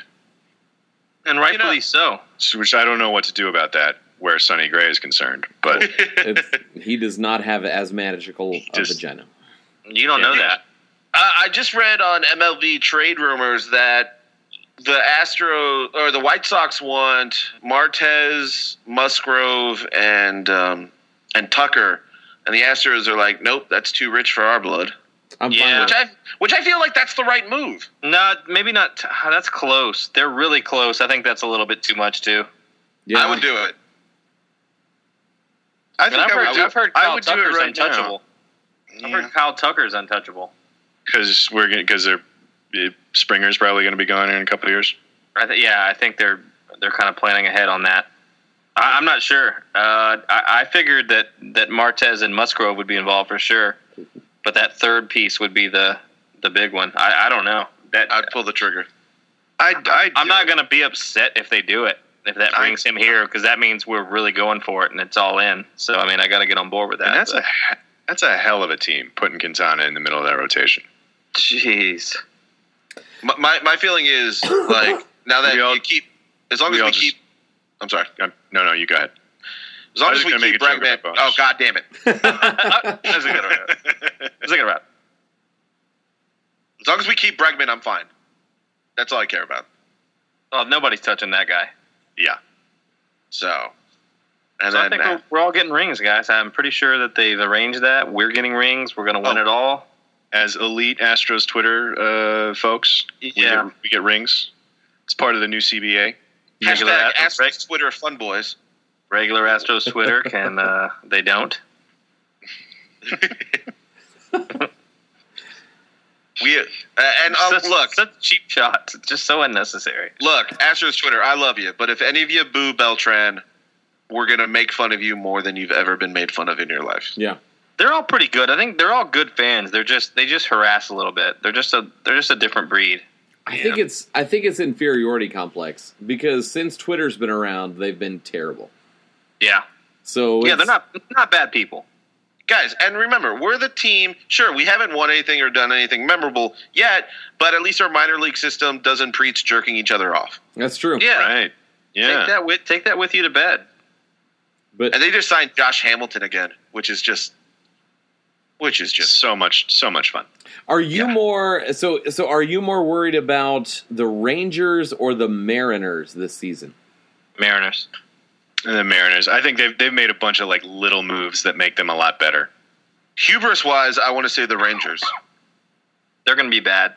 Speaker 4: And rightfully
Speaker 5: You know-
Speaker 4: so.
Speaker 3: So, which I don't know what to do about that where Sonny Gray is concerned, but
Speaker 2: It's, he does not have as magical a
Speaker 3: Just-
Speaker 2: vagina.
Speaker 4: You don't
Speaker 3: Yeah.
Speaker 4: know that.
Speaker 5: Uh, I just read on MLB trade rumors that the Astro or the White Sox want Martez, Musgrove, and um, and Tucker, and the Astros are like, nope, that's too rich for our blood.
Speaker 2: I'm fine
Speaker 4: Yeah.
Speaker 5: Which
Speaker 2: with
Speaker 5: I which I feel like that's the right move.
Speaker 4: No, maybe not. ah, That's close. They're really close. I think that's a little bit too much too.
Speaker 2: yeah.
Speaker 5: I would do it.
Speaker 3: I
Speaker 4: And I've heard, I've heard Kyle Tucker's untouchable. I've
Speaker 3: now
Speaker 4: heard Kyle Tucker's untouchable.
Speaker 3: because we're because they're it- Springer's probably going to be gone in a couple of years.
Speaker 4: I th- yeah, I think they're they're kind of planning ahead on that. I, I'm not sure. Uh, I, I figured that that Martez and Musgrove would be involved for sure, but that third piece would be the the big one. I, I don't know. That
Speaker 5: I'd pull the trigger. I'd, I'd
Speaker 4: I'm
Speaker 5: do
Speaker 4: not
Speaker 5: it.
Speaker 4: going to be upset if they do it. If that
Speaker 5: I-
Speaker 4: brings him here, because that means we're really going for it and it's all in. So I mean, I got to get on board with that.
Speaker 3: And that's a
Speaker 4: but-
Speaker 3: he- that's a hell of a team putting Quintana in the middle of that rotation.
Speaker 4: jeez.
Speaker 5: My, my, my feeling is like now that
Speaker 3: We all-
Speaker 5: you keep as long
Speaker 3: we
Speaker 5: as we
Speaker 3: all just-
Speaker 5: keep I'm sorry.
Speaker 3: Um, no, no, you go ahead.
Speaker 5: As long
Speaker 3: I was
Speaker 5: as we
Speaker 3: just gonna
Speaker 5: keep
Speaker 3: make a joke
Speaker 5: Bregman.
Speaker 3: about
Speaker 5: Oh
Speaker 3: Bonds.
Speaker 5: god damn it.
Speaker 4: That's a good one. That's a good one.
Speaker 5: As long as we keep Bregman, I'm fine. That's all I care about.
Speaker 4: Oh, nobody's touching that guy.
Speaker 5: Yeah. So and
Speaker 4: So I
Speaker 5: then
Speaker 4: think we're, we're all getting rings, guys. I'm pretty sure that they've arranged that. We're getting rings. We're going to win
Speaker 3: Oh.
Speaker 4: it all.
Speaker 3: As elite Astros Twitter uh, folks,
Speaker 4: Yeah.
Speaker 3: we, get, we get rings. It's part of the new CBA.
Speaker 4: Regular
Speaker 5: hashtag
Speaker 4: Astros,
Speaker 5: ask Twitter fun boys.
Speaker 4: regular Astros Twitter can uh, they don't.
Speaker 5: We uh, and uh,
Speaker 4: such,
Speaker 5: look,
Speaker 4: such cheap shots. It's just so unnecessary.
Speaker 5: look, Astros Twitter, I love you, but if any of you boo Beltran, we're gonna make fun of you more than you've ever been made fun of in your life.
Speaker 2: Yeah.
Speaker 4: They're all pretty good. I think they're all good fans. They're just they just harass a little bit. They're just a they're just a different breed.
Speaker 2: I think it's I think it's inferiority complex because since Twitter's been around, they've been terrible.
Speaker 4: Yeah.
Speaker 2: So
Speaker 4: Yeah,
Speaker 2: it's-
Speaker 4: they're not not bad people.
Speaker 5: guys and remember we're the team sure we haven't won anything or done anything memorable yet but at least our minor league system doesn't preach jerking each other off
Speaker 2: That's true.
Speaker 4: Yeah.
Speaker 3: Right. Yeah.
Speaker 4: Take that with take that with you to bed.
Speaker 2: But
Speaker 5: and they just signed josh hamilton again which is just which is just
Speaker 3: so much, so much fun.
Speaker 2: are you
Speaker 5: yeah.
Speaker 2: more so so are you more worried about the Rangers or the Mariners this season?
Speaker 4: Mariners.
Speaker 3: And the Mariners, I think they've they've made a bunch of like little moves that make them a lot better.
Speaker 5: hubris wise i want to say the rangers
Speaker 4: They're going to be bad.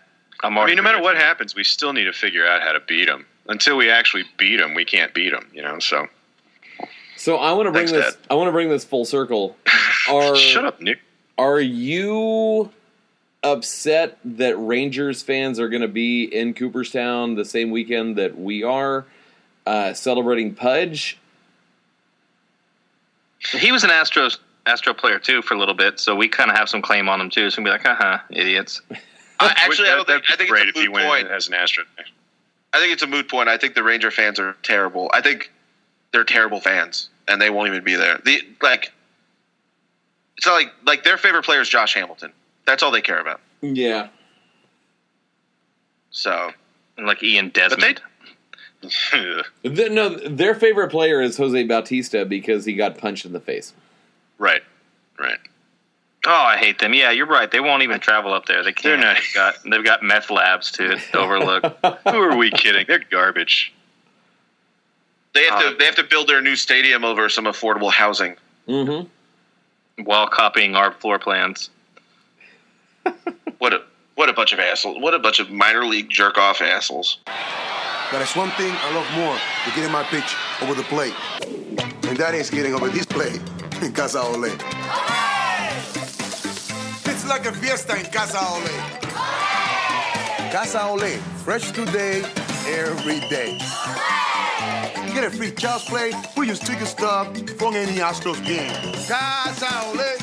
Speaker 3: I
Speaker 4: I'm already
Speaker 3: mean, no matter
Speaker 4: predicting.
Speaker 3: what happens, we still need to figure out how to beat them. Until we actually beat them, we can't beat them. You know, so
Speaker 2: So I want to bring
Speaker 3: Thanks,
Speaker 2: this
Speaker 3: Dad.
Speaker 2: I want to bring this full circle. Are
Speaker 3: shut up, Nick.
Speaker 2: are you upset that Rangers fans are going to be in Cooperstown the same weekend that we are uh, celebrating Pudge?
Speaker 4: He was an Astros Astro player too for a little bit, so we kind of have some claim on him too. So we be like, uh huh, idiots.
Speaker 5: I, Uh, actually i don't
Speaker 3: That'd
Speaker 5: think
Speaker 3: be
Speaker 5: i think
Speaker 3: great if
Speaker 5: it's a
Speaker 3: he
Speaker 5: moot
Speaker 3: went
Speaker 5: point
Speaker 3: as an Astro.
Speaker 5: i think it's a moot point i think the ranger fans are terrible i think they're terrible fans and they won't even be there the like it's not like like their favorite player is josh hamilton that's all they care about
Speaker 2: Yeah.
Speaker 5: so
Speaker 4: And like Ian Desmond.
Speaker 3: they-
Speaker 2: The, no, their favorite player is Jose Bautista because he got punched in the face.
Speaker 3: right, right.
Speaker 4: oh, I hate them. Yeah, you're right. They won't even travel up there. They can't.
Speaker 3: They're not-
Speaker 4: They've got they've got meth labs to overlook.
Speaker 3: Who are we kidding? They're garbage.
Speaker 5: They have
Speaker 4: Uh,
Speaker 5: to they have to build their new stadium over some affordable housing.
Speaker 2: Mm-hmm.
Speaker 4: while copying our floor plans.
Speaker 5: What a what a bunch of assholes! What a bunch of minor league jerk off assholes!
Speaker 1: But it's one thing I love more than getting my pitch over the plate. And that is getting over this plate in Casa Ole. It's like a fiesta in Casa Ole. Casa Ole, fresh today, every day. Get a free child's play, put your sticker stuff from any Astros game. Casa Ole.